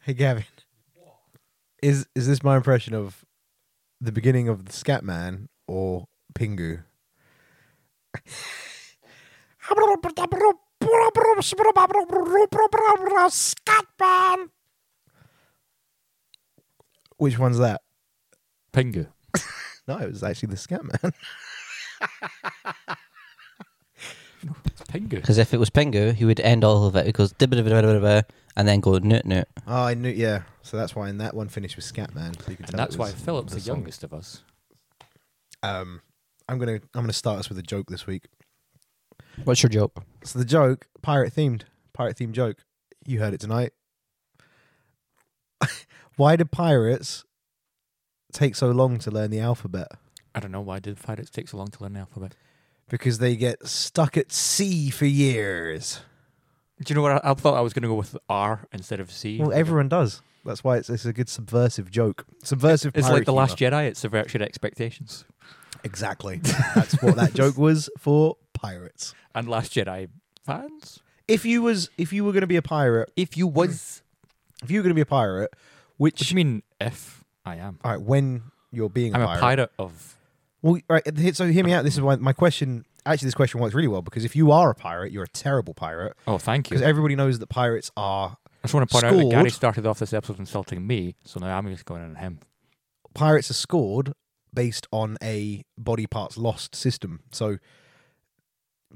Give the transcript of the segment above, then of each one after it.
Hey, Gavin. Is is this my impression of the beginning of the Scatman or Pingu? Scatman. Which one's that? Pingu. No, it was actually the Scatman. It's Pingu. Because if it was Pingu, he would end all of it. He goes, "Dibbidi-bidi-bidi-bidi," and then go, noot, noot. Oh, I knew. Yeah, so that's why. And that one finished with Scatman. So you can And tell that's it why was Philip's the song. youngest of us. Um, I'm gonna I'm gonna start us with a joke this week. What's your joke? So the joke, pirate themed, pirate themed joke. You heard it tonight. Why do pirates take so long to learn the alphabet? I don't know why did pirates take so long to learn the alphabet. Because they get stuck at sea for years. Do you know what? I, I thought I was going to go with R instead of C. Well, everyone does. That's why it's, it's a good subversive joke. Subversive. It's pirate like the humor. Last Jedi. It subverts your expectations. Exactly. That's what that joke was for pirates. And Last Jedi fans, If you was if you were going to be a pirate, if you was, if you were going to be a pirate, which what do you mean? If I am, all right, when you're being I'm a pirate of. Well, right. th- So hear me out. This is why my question. Actually, this question works really well because if you are a pirate, you're a terrible pirate Oh, thank you. because I everybody knows that pirates are just want to point out that Gary scored- started off this episode insulting me, so now I'm just going on him. pirates are scored based on a body parts lost system. So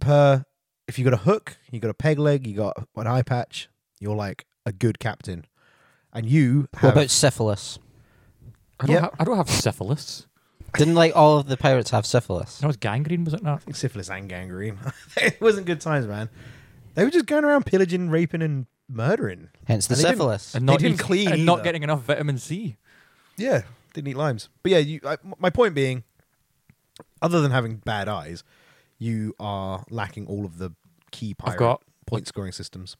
per if you got a hook, you got a peg leg, you got an eye patch, you're like a good captain, and you What have about syphilis? I don't, Yep. ha- I don't have syphilis. Didn't like all of the pirates have syphilis? That was gangrene, was it not? syphilis and gangrene. it wasn't good times, man. They were just going around pillaging, raping, and murdering. Hence the And they didn't- syphilis. And not didn't eat- clean and not either. getting enough vitamin C. Yeah, didn't eat limes. But yeah, you, I, my point being, other than having bad eyes, you are lacking all of the key pirate got- point scoring systems.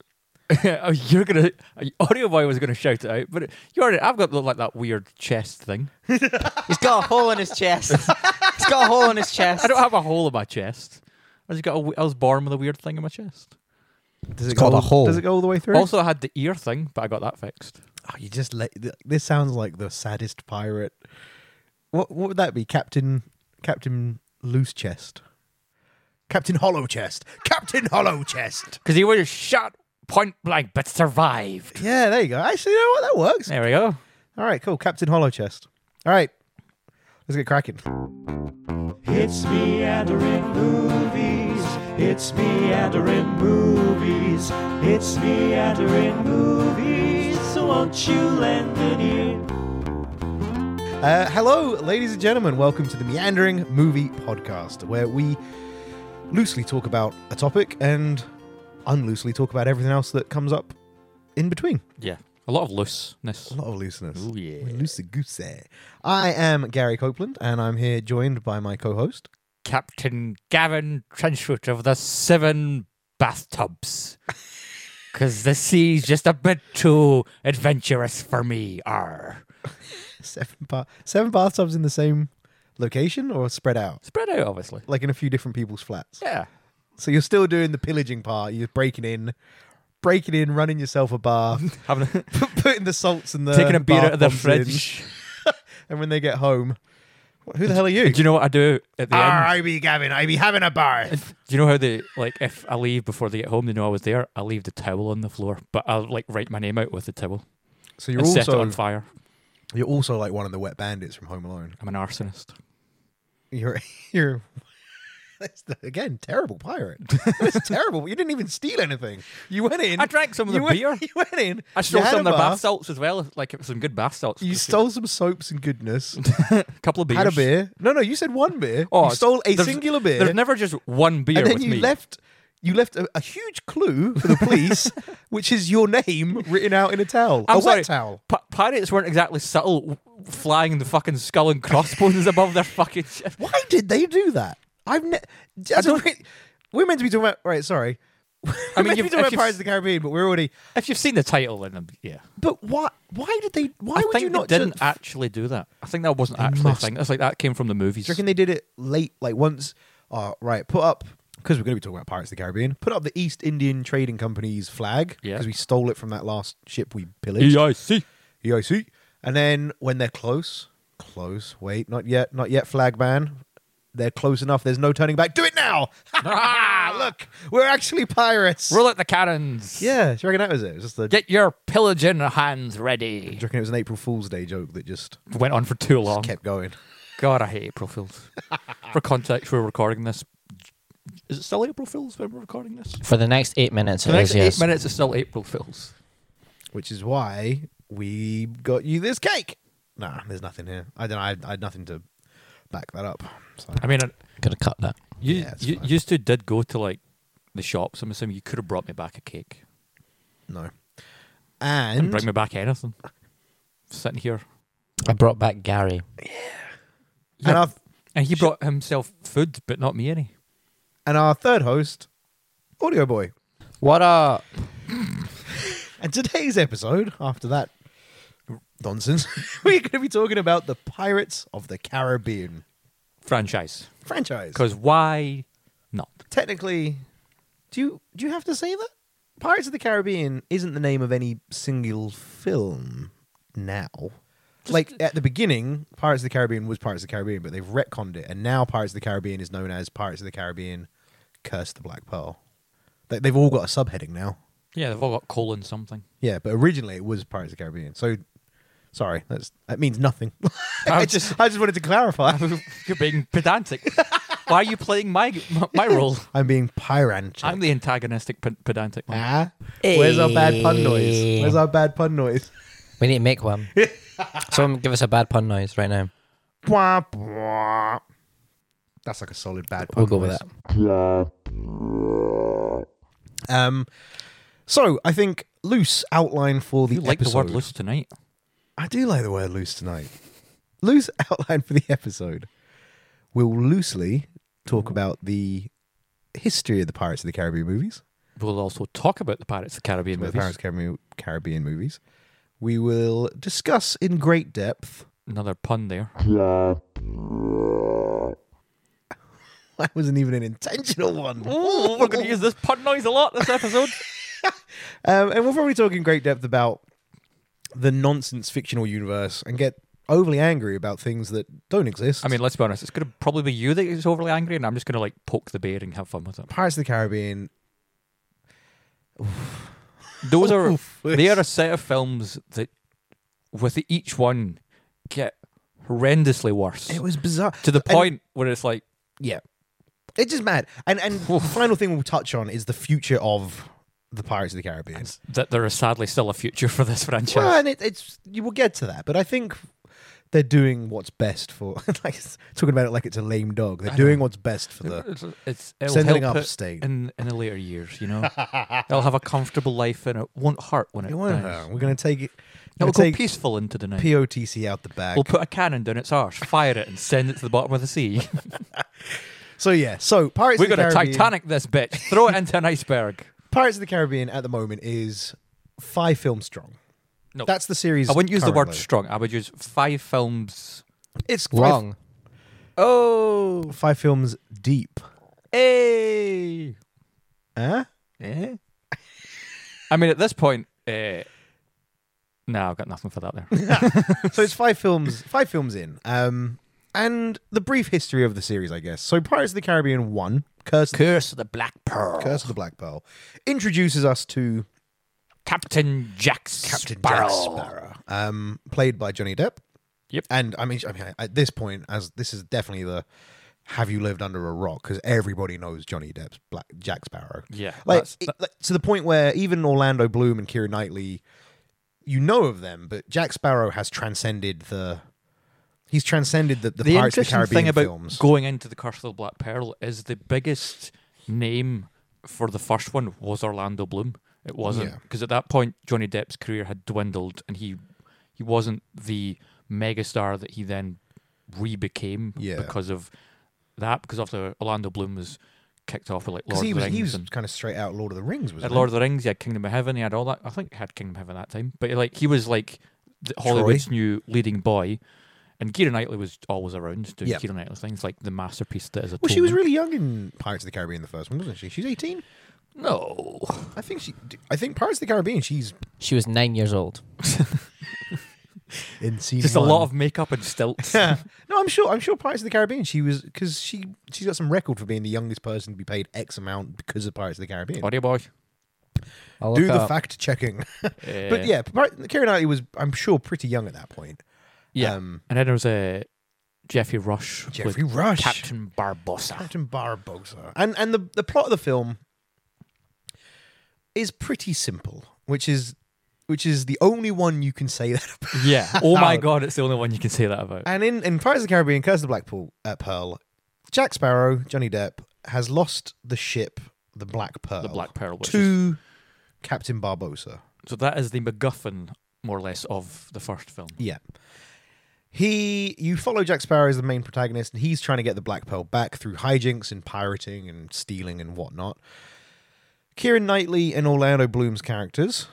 oh, you're gonna audio boy was gonna shout it out, but you already I've got look like that weird chest thing. He's got a hole in his chest. He's got a hole in his chest. I don't have a hole in my chest. I just got a w- I was born with a weird thing in my chest. Does it It's called go, a hole. Does it go all the way through? Also, I had the ear thing, but I got that fixed. Oh, you just let th- this sounds like the saddest pirate. What what would that be, Captain Captain Loose Chest, Captain Hollow Chest, Captain Hollow Chest? Because he was shot point blank, but survived. Yeah, there you go. Actually, you know what? That works. There we go. All right, cool. Captain Hollow Chest. All right, let's get cracking. It's Meandering Movies. It's Meandering Movies. It's Meandering Movies. So won't you lend an ear? Uh, hello, ladies and gentlemen. Welcome to the Meandering Movie Podcast, where we loosely talk about a topic and unloosely talk about everything else that comes up in between. Yeah, a lot of looseness. A lot of looseness. Oh, yeah. We're loosey goosey. I am Gary Copeland, and I'm here joined by my co host. Captain Gavin Trenchwood of the Seven Bathtubs. Because the sea's just a bit too adventurous for me. Arr. Seven, ba- seven bathtubs in the same location or spread out? Spread out, obviously. Like in a few different people's flats. Yeah. So you're still doing the pillaging part. You're breaking in, breaking in, running yourself a bar, Having a, putting the salts in the taking a beer bar out of the Uh, bombs in. fridge. and when they get home, wh- who the hell are you? Do you know what I do at the end? Ah, I be Gavin. I be having a bar. Do you know how they like if I leave before they get home, they know I was there. I leave the towel on the floor, but I'll like write my name out with the towel So you're and set it on also fire. you're also like one of the wet bandits from Home Alone. I'm an arsonist. You're you're that's the, again terrible pirate. It's terrible. You didn't even steal anything. You went in. I drank some of the you went, beer. You went in. I stole you had some of a their bar, bath salts as well, like it was some good bath salts. You stole some soaps and goodness. a couple of beers. had a beer. No, no. You said one beer. Oh, you stole a there's- singular beer. There's never just one beer and then with you me. left you left a, a huge clue for the police which is your name written out in a towel I'm a sorry, wet towel pi- pirates weren't exactly subtle, w- flying the fucking skull and crossbones above their fucking. Ship. why did they do that i've ne- as a re- we're meant to be talking about right sorry we're mean, meant to be you've- talking about if you've- pirates of the caribbean but we're already If you've seen the title, then um, yeah. but why why did they why I would think you they not didn't just, actually do that. I think that wasn't actually must- a thing. That's like that came from the movies. do you reckon they did it late like once uh, right put up because we're going to be talking about Pirates of the Caribbean, put up the East Indian Trading Company's flag Yeah. because we stole it from that last ship we E pillaged. EIC. EIC. And then when they're close, close, wait, not yet, not yet, flag man. They're close enough. There's no turning back. Do it now! Look, we're actually pirates. Roll out the cannons. Yeah, do you reckon that was it? It was just the. Get your pillaging hands Do ready. you reckon it was an April Fool's Day joke that just Went on for too long. kept going? God, I hate April Fools. for context, we're recording this. Is it still April Fools when we're recording this? For the next eight minutes, The it next is, yes. eight minutes is still April Fools. Which is why we got you this cake. Nah, there's nothing here. I don't. know, I, I had nothing to back that up. So. I mean, Gotta cut that. you Yeah, it's you, fine. you two did go to like the shops. I'm assuming you could have brought me back a cake. No. Didn't And bring me back anything. Sitting here, I brought back Gary. and our and he brought himself food, but not me any. and our third host, Audio Boy. What up? And today's episode, after that nonsense, we're going to be talking about the Pirates of the Caribbean Franchise, franchise. because why not? Technically, do you do you have to say that Pirates of the Caribbean isn't the name of any single film now? like at the beginning, Pirates of the Caribbean was Pirates of the Caribbean, but they've retconned it, and now Pirates of the Caribbean is known as Pirates of the Caribbean: Curse the Black Pearl. They- They've all got a subheading now. Yeah, they've all got colon something. Yeah, but originally it was Pirates of the Caribbean. So, sorry, that's that means nothing. I I was just just- I just wanted to clarify. You're being pedantic. why are you playing my my role? I'm being pyrantic. I'm the antagonistic pe- pedantic one. ah, where's our bad pun noise? Eh. Hey. Where's our bad pun noise? We need to make one. Someone give us a bad pun noise right now. Bwah, bwah. That's like a solid bad pun. We'll go with noise. that. Um, so I think loose outline for the You like the word episode. loose tonight. I do like the word loose tonight. Loose outline for the episode. We'll loosely talk about the history of the Pirates of the Caribbean movies. We'll also talk about the Pirates of the Caribbean with movies. Pirates of the Caribbean- Caribbean movies. We will discuss in great depth. Another pun there. That wasn't even an intentional one. Ooh, we're going to use this pun noise a lot this episode. Um, and we'll probably talk in great depth about the nonsense fictional universe and get overly angry about things that don't exist. I mean, let's be honest. It's going to probably be you that is overly angry, and I'm just going to like poke the bear and have fun with it. Pirates of the Caribbean. Those are Oof. they are a set of films that, with each one, get horrendously worse It was bizarre to the And- point where it's like yeah, it's just mad. And and the final thing we'll touch on is the future of the Pirates of the Caribbean. that there is sadly still a future for this franchise. Well, and it, it's you will get to that, but I think they're doing what's best for like talking about it like it's a lame dog. They're doing what's best for the It's, it's it'll sending help up it state. in in the later years, you know. They'll have a comfortable life, and it won't hurt when it, It won't dies. hurt. We're gonna take it. It'll We'll go take peaceful into the night. POTC out the back. We'll put a cannon down its arse, fire it, and send it to the bottom of the sea. so yeah, so Pirates We're of the gonna Caribbean. Titanic this bitch. Throw it into an iceberg. Pirates of the Caribbean at the moment is five films strong. No. That's the series. I wouldn't use the word currently. strong. I would use five films. It's five, Wrong. Oh, Five films deep. hey. Huh? Eh? I mean, at this point, eh, no, I've got nothing for that there. so it's five films five films in um and the brief history of the series i guess so pirates of the caribbean 1 curse, Curse of the Black Pearl. curse of the black pearl introduces us to Captain Jack captain Sparrow. jack sparrow um played by johnny depp Yep. and i mean i mean at this point as this is definitely the have you lived under a rock because everybody knows johnny depp's black jack sparrow Yeah, like, that's- it- that- like, to the point where even orlando bloom and kira knightley you know of them but jack sparrow has transcended the He's transcended the, the, the Pirates of the interesting Caribbean thing about films. going into the Curse of the Black Pearl is the biggest name for the first one was Orlando Bloom. It Yeah. wasn't because at that point Johnny Depp's career had dwindled and he he wasn't the megastar that he then re-became Yeah. because of that. Because after Orlando Bloom was kicked off with like Because Lord he of the was, Rings he was and kind of straight out Lord of the Rings, was had Lord of the Rings, he had Kingdom of Heaven, he had all that. I think he had Kingdom of Heaven at that time, but like he was like the Hollywood's new leading boy, And Keira Knightley was always around doing Yeah. Keira Knightley things, like the masterpiece that is a. Well, she was Tolman. really young in Pirates of the Caribbean, the first one, wasn't she? She's eighteen. no. I think she. I think Pirates of the Caribbean. She's She was nine years old. in season. Just a lot one. of makeup and stilts. no, I'm sure. I'm sure Pirates of the Caribbean. She was because she she's got some record for being the youngest person to be paid X amount because of Pirates of the Caribbean. Audio boy. I'll Do look the up. fact checking. Uh, but yeah, Karen Knightley was, I'm sure, pretty young at that point. Yeah. Um, and then there was a Jeffrey Rush. with Jeffrey Rush, Captain Barbossa. Captain Barbosa, and and the the plot of the film is pretty simple, which is which is the only one you can say that about. Yeah. Oh my Howard. god, it's the only one you can say that about. And in, in Pirates of the Caribbean, Curse of the Black Pool, uh, Pearl, Jack Sparrow, Johnny Depp, has lost the ship, the Black Pearl, the Black Pearl. Which is, to Captain Barbosa. so that is the MacGuffin, more or less, of the first film. Yeah. He, you follow Jack Sparrow as the main protagonist, and he's trying to get the Black Pearl back through hijinks and pirating and stealing and whatnot. Kieran Knightley and Orlando Bloom's characters,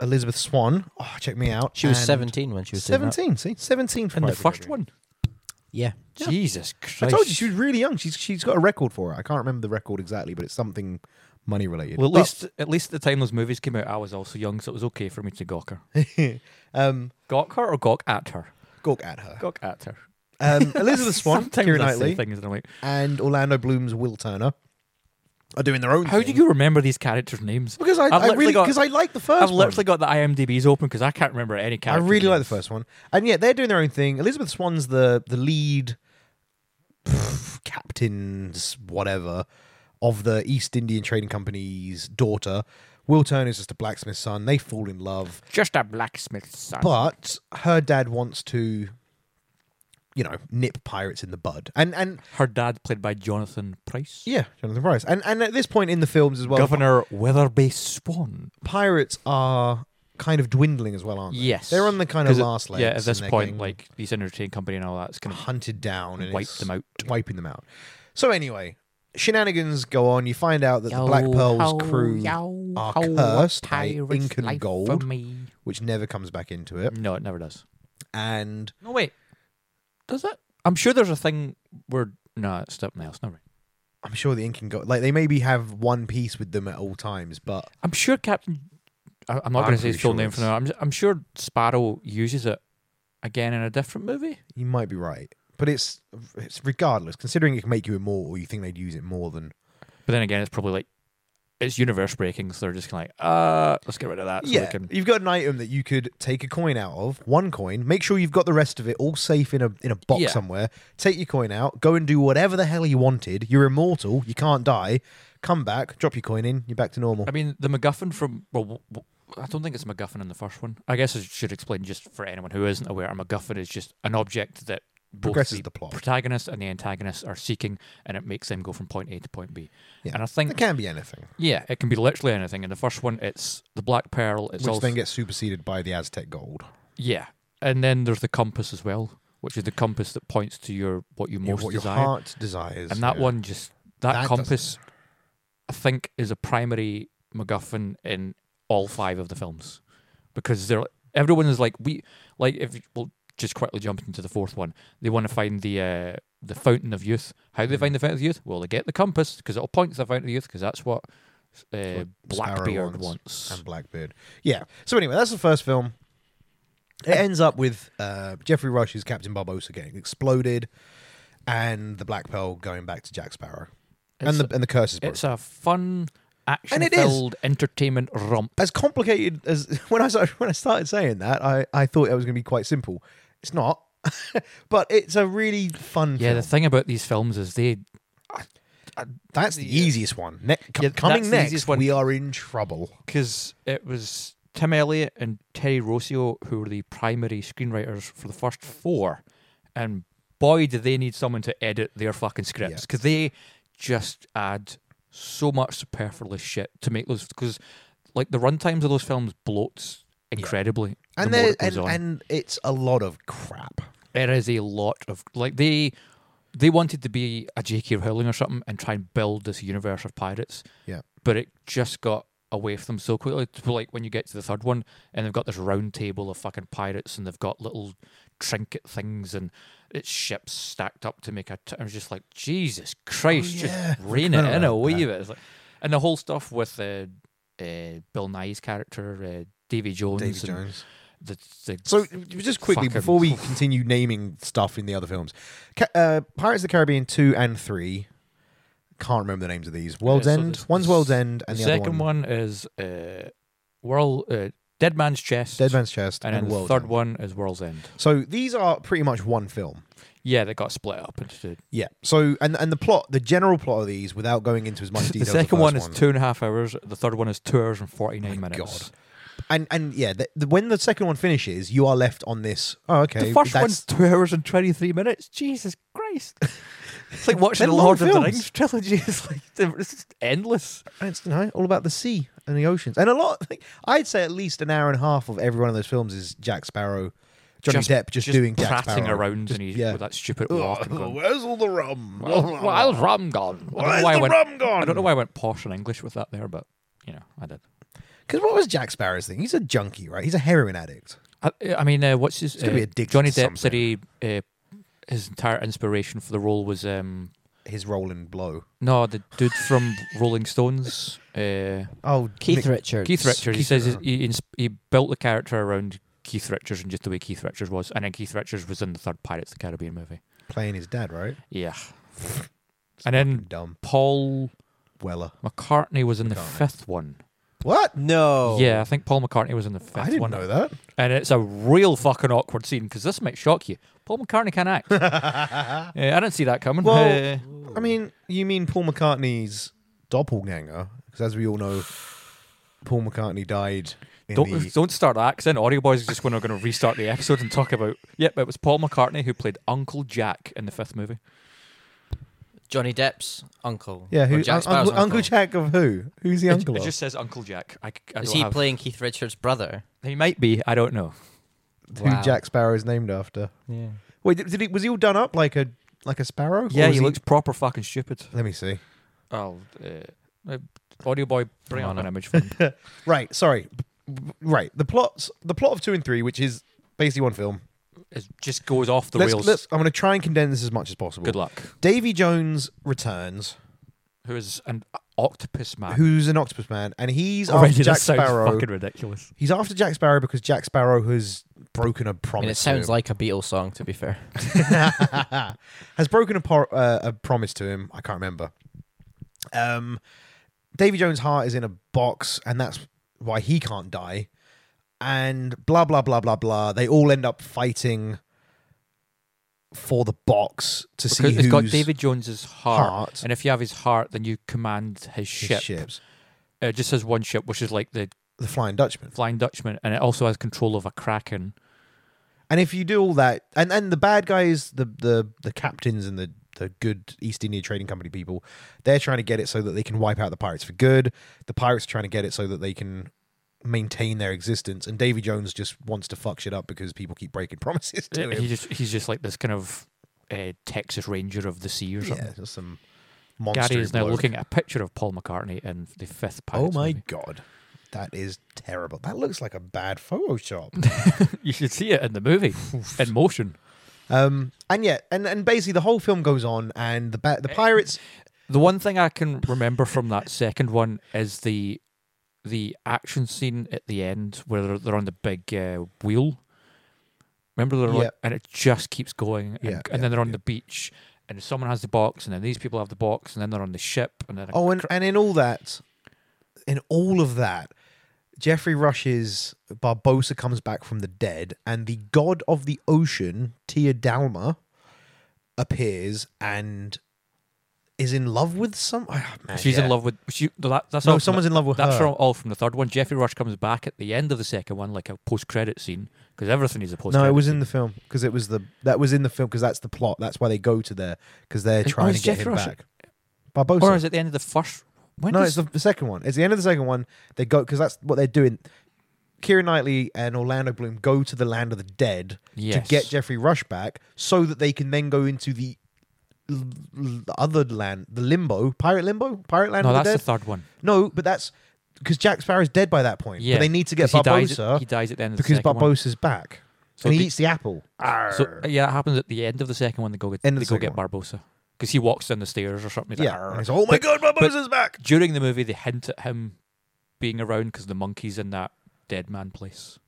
Elizabeth Swan. Oh, check me out. She was and- 17 when she was doing that. 17, see? 17 for And the Pirates of first Caribbean. one. Yeah. Jesus Christ. I told you she was really young. She's she's got a record for it. I can't remember the record exactly, but it's something money related. Well, at But- least at least at the time those movies came out, I was also young, so it was okay for me to gawk her. um, Gawk her or gawk at her? gawk at her. Gawk at her. Um, Elizabeth Swan, Sometimes Keira I say Knightley, things and I'm like, and Orlando Bloom's Will Turner are doing their own. how do thing. you remember these characters' names? Because I, I've I literally really got- because I like the 1st I've one. literally got the IMDb's open because I can't remember any I character. really like the first one, and yeah, they're doing their own thing. Elizabeth Swan's the the lead pff, captain's whatever of the East Indian Trading Company's daughter. Will Turner's just a blacksmith's son. They fall in love. Just a blacksmith's son. but her dad wants to you know nip pirates in the bud and and her dad, played by Jonathan Price. yeah jonathan price and and at this point in the films as well Governor Weatherby Swan. pirates are kind of dwindling as well aren't they Yes, they're on the kind of 'Cause it- last legs Yeah, at this and they're point, getting like these entertainment company and all that's kind of hunted down and wiped it's them out. wiping them out so anyway shenanigans go on you find out that the black pearl's crew are cursed by Incan gold. me. which never comes back into it No, it never does. and No wait, does it? I'm sure there's a thing where no, it's something else. Never. mind. i'm sure the incan gold like they maybe have one piece with them at all times but I'm sure Captain. I, I'm not I'm going to say pretty his full sure name for it's- now. I'm I'm sure Sparrow uses it again in a different movie. You might be right, but it's it's regardless. Considering it can make you immortal, you think they'd use it more than But then again, it's probably like it's universe breaking, so they're just kind of like, uh, let's get rid of that. So we can, You've got an item that you could take a coin out of, one coin. Make sure you've got the rest of it all safe in a in a box Yeah. somewhere. Take your coin out, go and do whatever the hell you wanted. You're immortal. You can't die. Come back, drop your coin in. You're back to normal. I mean, the MacGuffin from well, w- w- I don't think it's a MacGuffin in the first one. I guess I should explain just for anyone who isn't aware. A MacGuffin is just an object that both Progresses the plot. protagonist and the antagonist are seeking, and it makes them go from point A to point B. Yeah. And I think It can be anything, yeah, it can be literally anything. In the first one, it's the Black Pearl. It's which also then gets superseded by the Aztec gold. yeah, and then there's the compass as well, which is the compass that points to your what you You know, most what desire. your heart desires, and that yeah. one just that, That compass i think is a primary macguffin in all five of the films because they're everyone is like we like if we'll just quickly jump into the fourth one they want to find the uh the fountain of youth how do they Hmm. find the fountain of youth well they get the compass because it'll point to the fountain of youth because that's what uh, blackbeard wants. wants, and Blackbeard. Yeah. So anyway, that's the first film. Eh. It ends up with uh, Jeffrey Rush's Captain Barbosa getting exploded, and the Black Pearl going back to Jack Sparrow, and It's the and the curse is broken. it's a fun action it is. filled entertainment romp As complicated as when I started, when I started saying that, I, I thought it was going to be quite simple. It's not, but it's a really fun. yeah film. the thing about these films is they that's the easiest one. Ne- co- Yeah, coming that's the next, easiest one. we are in trouble. because it was Tim Elliott and Terry Rossio who were the primary screenwriters for the first four, and boy, did they need someone to edit their fucking scripts Yeah. because they just add so much superfluous shit to make those because like the runtimes of those films bloats incredibly. And the more there, it goes and, on. and it's a lot of crap. there is a lot of like they they wanted to be a J.K. Rowling or something and try and build this universe of pirates, Yeah. but it just got away from them so quickly. To like when you get to the third one, and they've got this round table of fucking pirates, and they've got little trinket things, and it's ships stacked up to make a. T- I was just like, Jesus Christ, Oh, yeah. just rein it forgot in a about wee that. bit. It's like, and the whole stuff with uh, uh, Bill Nye's character, uh, Davy Jones, Davy and Jones. The, the So just quickly Fucking- before we continue naming stuff in the other films, Ca- uh, Pirates of the Caribbean two and three. Can't remember the names of these. World's Yeah, so End. the- One's the World's s- End, and the, other second one, is uh, World uh, Dead Man's Chest, Dead Man's Chest, and and, then the World's third End. one is World's End. So these are pretty much one film. Yeah, they got split up into. Yeah. So and and the plot, the general plot of these, without going into as much detail. the as the second first one is two and a half hours. The third one is two hours and forty nine My minutes. and and yeah, the, the, when the second one finishes, you are left on this. Oh, okay. The first that's- one's two hours and twenty three minutes. Jesus Christ! It's like watching They're the Lord long of the films. Rings trilogy. It's like it's just endless. And it's you know, all about the sea and the oceans. And a lot, like, I'd say at least an hour and a half of every one of those films is Jack Sparrow, Johnny just, Depp just, doing Jack prattling Sparrow. around Just- and he, yeah. with that stupid walk. and Oh, going, where's all the rum? Well, where's rum gone? I don't know Where's why I the went- rum gone? I don't know why I went posh in English with that there, but you know, I did. Because what was Jack Sparrow's thing? He's a junkie, right? He's a heroin addict. I, I mean, uh, what's his? gonna uh, be addicted Johnny to Depp said he, uh, his entire inspiration for the role was um, His role in Blow. no, the dude from Rolling Stones, uh, Oh, Keith Nick- Richards. Keith Richards. He Keith says Richards. he, he, ins- he built the character around Keith Richards and just the way Keith Richards was, and then Keith Richards was in the third Pirates of the Caribbean movie. playing his dad, right? Yeah, and then Dumb Paul Weller. McCartney was in the McCartney. fifth one. What? No. Yeah, I think Paul McCartney was in the fifth I didn't one. know that. And it's a real fucking awkward scene because this might shock you. Paul McCartney can act. Uh, I didn't see that coming. Well- Uh, I mean, you mean Paul McCartney's doppelganger? Because as we all know, Paul McCartney died. In don't the... don't start that because then Audio Boys is just going to restart the episode and talk about. Yep, it was Paul McCartney who played Uncle Jack in the fifth movie. Johnny Depp's uncle. Yeah, who, Or Jack un- Sparrow's uncle, Uncle Jack of who? Who's the It- uncle It, of? just says Uncle Jack. I, c- I Is don't he have- playing Keith Richards' brother? He might be. I don't know. Who Wow. Jack Sparrow is named after? Yeah. Wait, did, did he, was he all done up like a like a sparrow? Or Yeah, was he, looks proper fucking stupid. Let me see. Oh, uh, uh, Audio Boy, bring Come on on an image for him. Right, sorry. B- b- Right, the plots, the plot of two and three, which is basically one film. It just goes off the let's, rails. let's- I'm going to try and condense this as much as possible. Good luck. Davy Jones returns, Who is an octopus man? who's an octopus man, and he's Ah. Already after that Jack sounds Sparrow. fucking ridiculous. He's after Jack Sparrow because Jack Sparrow has broken a I promise. mean, it sounds like a Beatles song, to be fair. like has broken a, por- uh, a promise to him. I can't remember. Um, Davy Jones' heart is in a box, and that's why he can't die. And blah blah blah blah blah. They all end up fighting for the box to see Because who's it's got David Jones's heart, Heart. and if you have his heart, then you command his his ship. ships. It just has one ship, which is like the The Flying Dutchman. Flying Dutchman, and it also has control of a kraken. And if you do all that, and and the bad guys, the the the captains and the the good East India Trading Company people, they're trying to get it so that they can wipe out the pirates for good. The pirates are trying to get it so that they can maintain their existence. And Davy Jones just wants to fuck shit up because people keep breaking promises to He him. just he's just like this kind of uh, Texas Ranger of the sea or something. Yeah, just some monster. Gary is now looking at a picture of Paul McCartney in the fifth Oh Pirates my movie. god, that is terrible. That looks like a bad Photoshop. You should see it in the movie in motion. um, and yeah, and and basically the whole film goes on, and the ba- the Eh, pirates. The one thing I can remember from that second one is the the action scene at the end where they're, they're on the big uh, wheel. Remember, they're like, Yeah. and it just keeps going, and, Yeah, and yeah, then they're on yeah. the beach, and someone has the box, and then these people have the box, and then they're on the ship, and then a Oh, and, cr- and in all that, in all of that, Jeffrey Rush's Barbosa comes back from the dead, and the god of the ocean, Tia Dalma, appears and is in love with some. Oh, man, she's yeah. in love with she. That, that's No, all from someone's the- in love with That's her. from all from the third one. Jeffrey Rush comes back at the end of the second one, like a post-credit scene, because everything is a post. No, it was in the film because it was the that was in the film because that's the plot. That's why they go to there because they're oh, trying it's to get Jeffrey him Rush. back. Barbosa. Or is it the end of the first? When No, does- it's the, the second one. It's the end of the second one. They go because that's what they're doing. Kieran Knightley and Orlando Bloom go to the land of the dead Yes. to get Jeffrey Rush back, so that they can then go into the l- l- other land, the limbo, pirate limbo, pirate land no, of the that's dead. the third one. no, but that's because Jack Sparrow's dead by that point. Yeah, But they need to get 'Cause he dies, Barbosa at, he dies at the end of because the second one. Barbosa's back. So and he the- eats the apple. So uh, Arr. yeah, it happens at the end of the second one. They go get End of they the go second get Barbosa because he walks down the stairs or something. He's like, yeah. "Arr." And he's, oh my But god, Barbosa's back. during the movie, they hint at him being around because the monkey's in that dead man place.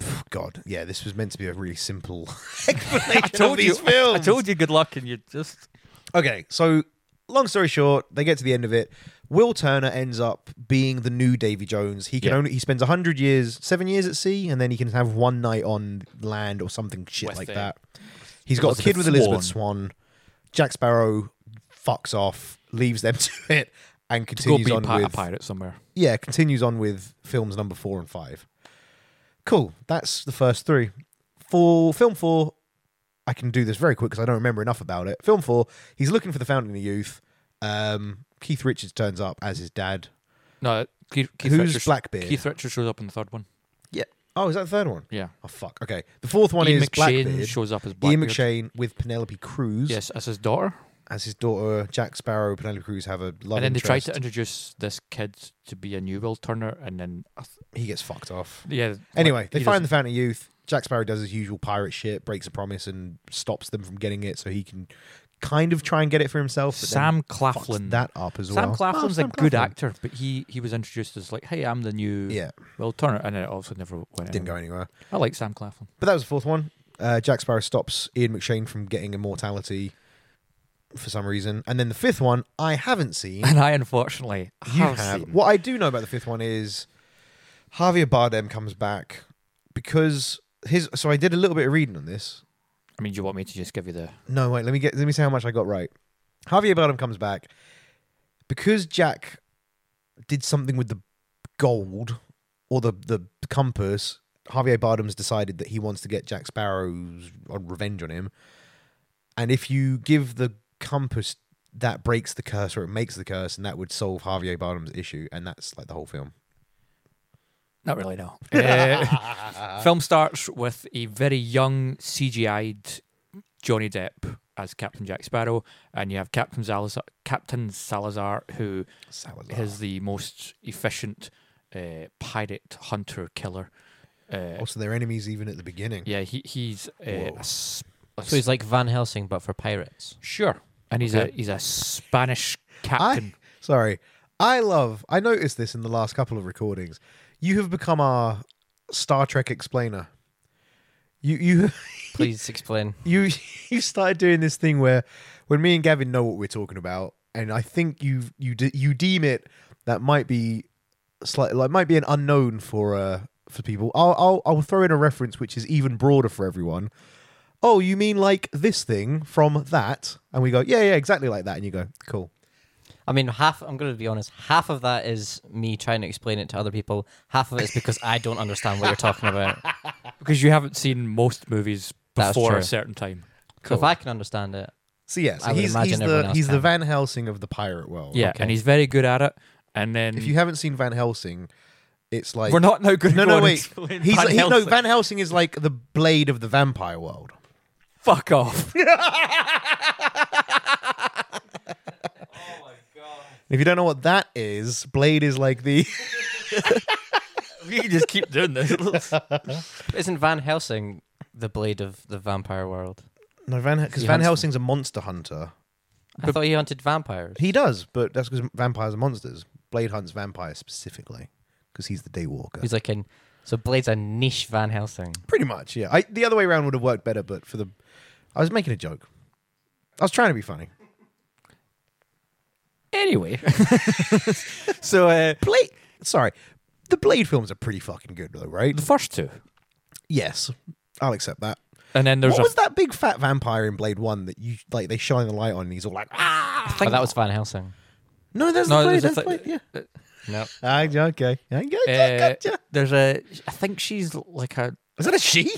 Pff, God, yeah, this was meant to be a really simple explanation of told you- these films. I told you good luck, and you just Okay, so long story short, they get to the end of it. Will Turner ends up being the new Davy Jones. He can Yeah. only he spends hundred years, seven years at sea, and then he can have one night on land or something shit With like the- that. He's got a Elizabeth kid with Elizabeth Swan. Jack Sparrow fucks off, leaves them to it, and go continues be on pi- a with pirate somewhere. yeah, continues on with films number four and five. Cool. That's the first three. For film four, I can do this very quick because I don't remember enough about it. Film four, he's looking for the Fountain of Youth. Um, Keith Richards turns up as his dad. No, Keith, Keith Who's Richards, Blackbeard? Keith Richards shows up in the third one. Yeah. Oh, is that the third one? Yeah, Oh fuck. Okay. The fourth one Ian is McShane Blackbeard. shows up as Ian Blackbeard. McShane with Penelope Cruz Yes, as his daughter. as his daughter. Jack Sparrow, Penelope Cruz have a love and then they tried interest. to introduce this kid to be a new Will Turner, and then I th- he gets fucked off. yeah. Anyway, like, they he find doesn't- the Fountain of Youth. Jack Sparrow does his usual pirate shit, breaks a promise, and stops them from getting it, so he can kind of try and get it for himself. But then Sam fucks Claflin. that up as Sam well. Claflin's Oh, a Sam good Claflin. actor, but he he was introduced as like, hey, I'm the new Yeah, Will Turner, and it also never went. didn't go anywhere. anywhere. I like Sam Claflin. But that was the fourth one. Uh, Jack Sparrow stops Ian McShane from getting immortality for some reason, and then the fifth one I haven't seen. And I unfortunately you have, have. seen. What I do know about the fifth one is Javier Bardem comes back because his. So I did a little bit of reading on this. I mean, do you want me to just give you the? No, wait. Let me get. Let me see how much I got right. Javier Bardem comes back because Jack did something with the gold or the the compass. Javier Bardem's decided that he wants to get Jack Sparrow's uh, revenge on him, and if you give the compass, that breaks the curse or it makes the curse, and that would solve Javier Bardem's issue, and that's like the whole film. Not really, no. Uh, film starts with a very young CGI'd Johnny Depp as Captain Jack Sparrow, and you have Captain Salazar, Captain Salazar, who Salazar. is the most efficient uh, pirate hunter killer. Oh. Uh, also, their enemies even at the beginning. yeah, he, he's uh, Whoa. a s- a So he's like Van Helsing, but for pirates. Sure. And he's Okay. a he's a Spanish I captain. sorry. I love. I noticed this in the last couple of recordings. You have become our Star Trek explainer. You you Please explain. you you started doing this thing where when me and Gavin know what we're talking about, and I think you you de- you deem it that might be slight like might be an unknown for uh for people. I'll I'll I'll throw in a reference which is even broader for everyone. Oh, you mean like this thing from that? And we go, yeah, yeah, exactly like that. And you go, cool. I mean, half. I'm going to be honest. Half of that is me trying to explain it to other people. Half of it is because I don't understand what you're talking about. because you haven't seen most movies That's before a true. certain time. So if I can understand it, So yeah, so I would he's, imagine he's everyone the else he's the can. Van Helsing of the pirate world. Yeah, Okay. and he's very good at it. And then If you haven't seen Van Helsing, it's like we're not now going No, to go no, on and wait. explain He's Van like, he- no Helsing. Van Helsing is like the blade of the vampire world. Fuck off. If you don't know what that is, blade is like the we can just keep doing this. isn't Van Helsing the blade of the vampire world? no Van because He Van hunts Helsing's a monster hunter. I thought he hunted vampires. He does, but that's because vampires are monsters. Blade hunts vampires specifically because he's the daywalker. He's like in. So Blade's a niche Van Helsing. Pretty much, yeah. I, the other way around would have worked better, but for the, I was making a joke. I was trying to be funny. anyway. so uh, Blade. Sorry, the Blade films are pretty fucking good though, right? the first two. Yes, I'll accept that. And then there's what a was that big fat vampire in Blade One that you like? They shine the light on, and he's all like, "Ah!" Oh, that was Van Helsing. No, that's No, the Blade. there's That's a the th- Blade. Yeah. No. Ah, okay. I gotcha, Uh, gotcha. there's a I think she's like a Is that a she?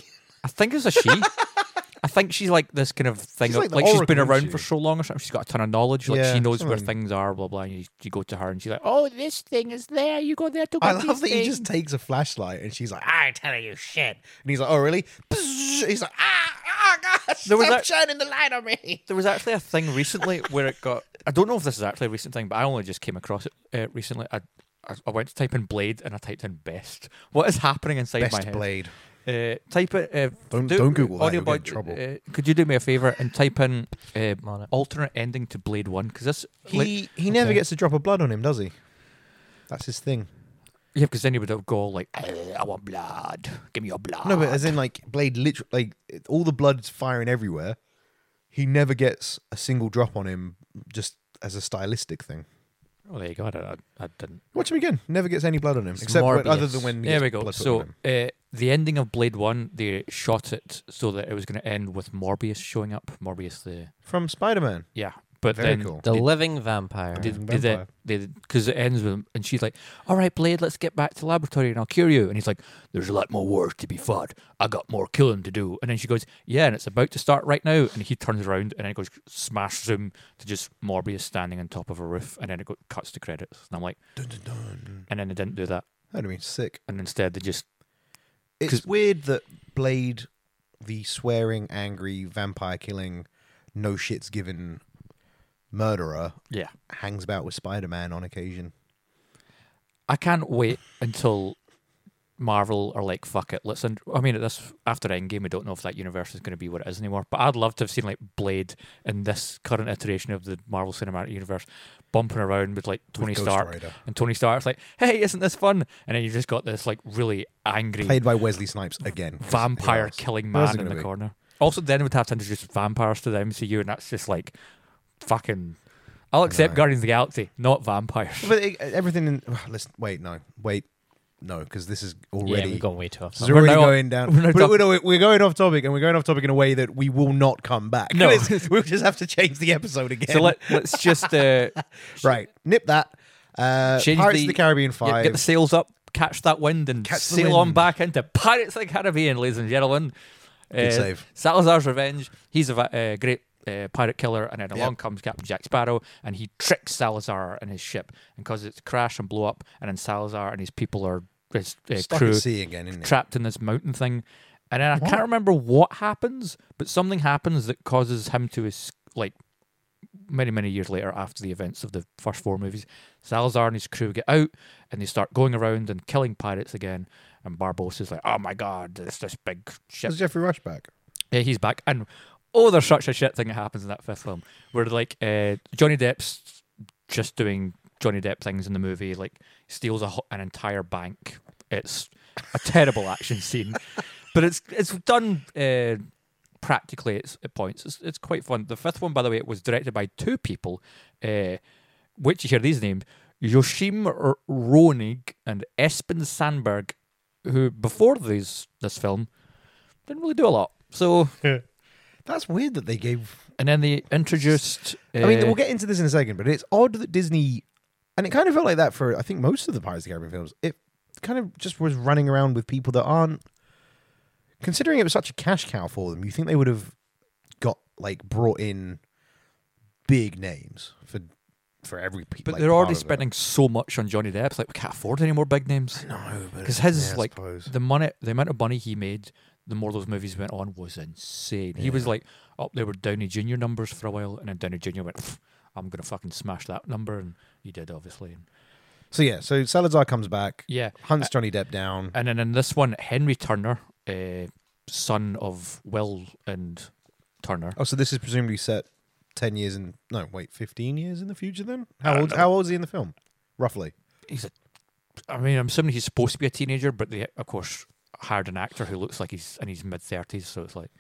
I think it's a she. I think she's like this kind of thing. She's of- like Like, the she's been oracle, around isn't for she? so long or something. She's got a ton of knowledge. Like Yeah, she knows where something. things are. Blah blah. And you, you go to her and she's like, "Oh, this thing is there. You go there to get I love this that he thing." just takes a flashlight and she's like, "I'm telling you shit," and he's like, "Oh, really?" He's like, "Ah, ah, gosh, There stop was that- shining the light on me." There was actually a thing recently where it got. I don't know if this is actually a recent thing, but I only just came across it uh, recently. A, I, I went to type in blade and I typed in best. What is happening inside my Best head? blade. Uh, type it. Uh, Don't- don't Google that, audio you'll get in bud- trouble. Uh, could you do me a favor and type in uh, I'm on it. alternate ending to Blade One? Because this, like- He he never okay. gets a drop of blood on him, does he? That's his thing. yeah, because then you would go like, "Eh, I want blood. Give me your blood. No, but as in like Blade, literally, like it- all the blood's firing everywhere. He never gets a single drop on him, just as a stylistic thing. oh, there you go. I, don't, I, I didn't. Watch him again. Never gets any blood on him, except when, other than Morbius. when he There gets we go. blood put So on him. uh, the ending of Blade One, they shot it so that it was going to end with Morbius showing up. Morbius, the from Spider Man, yeah, but very then cool. The Did- living vampire. they, Iron they, Vampire. because it ends with him, and she's like, "All right, Blade, let's get back to laboratory, and I'll cure you." And he's like, "There's a lot more wars to be fought. I got more killing to do." And then she goes, "Yeah, and it's about to start right now." And he turns around, and then it goes smash zoom to just Morbius standing on top of a roof, and then it go, cuts to credits. And I'm like, Dun, dun, dun. and then they didn't do that, That'd be sick. and instead they just It's 'Cause- weird that Blade, the swearing, angry, vampire killing, no shits given murderer, yeah. hangs about with Spider Man on occasion. I can't wait until Marvel are like, fuck it, let's. Ind- I mean, at this after Endgame, we don't know if that universe is going to be what it is anymore. But I'd love to have seen like Blade in this current iteration of the Marvel Cinematic Universe bumping around with like Tony Ghost Stark, Rider. and Tony Stark's like, hey, isn't this fun? And then you just got this like really angry Played by Wesley Snipes again. 'cause who vampire else? killing Who else is man in it the gonna be? corner. Also, then we'd have to introduce vampires to the MCU, and that's just like fucking. I'll accept know. Guardians of the Galaxy, not vampires. But it, everything in. ugh, Listen, wait, no. Wait, no, because this is yeah, already. we've gone way too off. this is already now- going down. we're now But done. we're, no, we're going off topic, and we're going off topic in a way that we will not come back. No. It's- we'll just have to change the episode again. So let, let's just uh, right, nip that. Uh, Change Pirates the- of the Caribbean Yeah, Five. get the sails up, catch that wind, and Catch the sail on wind. back into Pirates of the Caribbean, ladies and gentlemen. Uh, Good save. Salazar's Revenge. He's a va- uh, great uh, pirate killer, and then along Yep. comes Captain Jack Sparrow, and he tricks Salazar and his ship and causes it to crash and blow up, and then Salazar and his people are his uh, Stuck crew at sea again, isn't it? trapped in this mountain thing. And then I can't remember what happens, but something happens that causes him to es- like many many years later after the events of the first four movies. Salazar and his crew get out and they start going around and killing pirates again. And Barbosa's like, "Oh my god, it's this big ship." Is Jeffrey Rush back? Yeah, he's back. And oh, there's such a shit thing that happens in that fifth film where like uh, Johnny Depp's just doing Johnny Depp things in the movie, like steals a, ho- an entire bank. It's a terrible action scene, but it's it's done uh, practically. It's, at points. It's it's quite fun. The fifth one, by the way, was directed by two people. Uh, which you hear these names: Yoshim R- Ronig and Espen Sandberg, who before these this film didn't really do a lot. So, That's weird that they gave and then they introduced. Uh, I mean, we'll get into this in a second, but it's odd that Disney, and it kind of felt like that for I think most of the Pirates of the Caribbean films. It kind of just was running around with people that aren't. Considering it was such a cash cow for them, you think they would have got like brought in big names for for every. pe- but like, they're part already of it. spending so much on Johnny Depp. it's Like we can't afford any more big names No, but because his yeah, I like suppose. the money, the amount of money he made, the more those movies went on was insane. He was like up there with Downey Junior numbers for a while, and then Downey Junior went, "Pff, "I'm gonna fucking smash that number," and he did obviously. And So yeah, so Salazar comes back, yeah, hunts Johnny Depp down. and then in this one, Henry Turner, uh, son of Will and Turner, oh, so this is presumably set ten years in no, wait, fifteen years in the future. Then how old? How old is he in the film? Roughly. he's a. I mean, I'm assuming he's supposed to be a teenager, but they, of course, hired an actor who looks like he's in his mid thirties. So it's like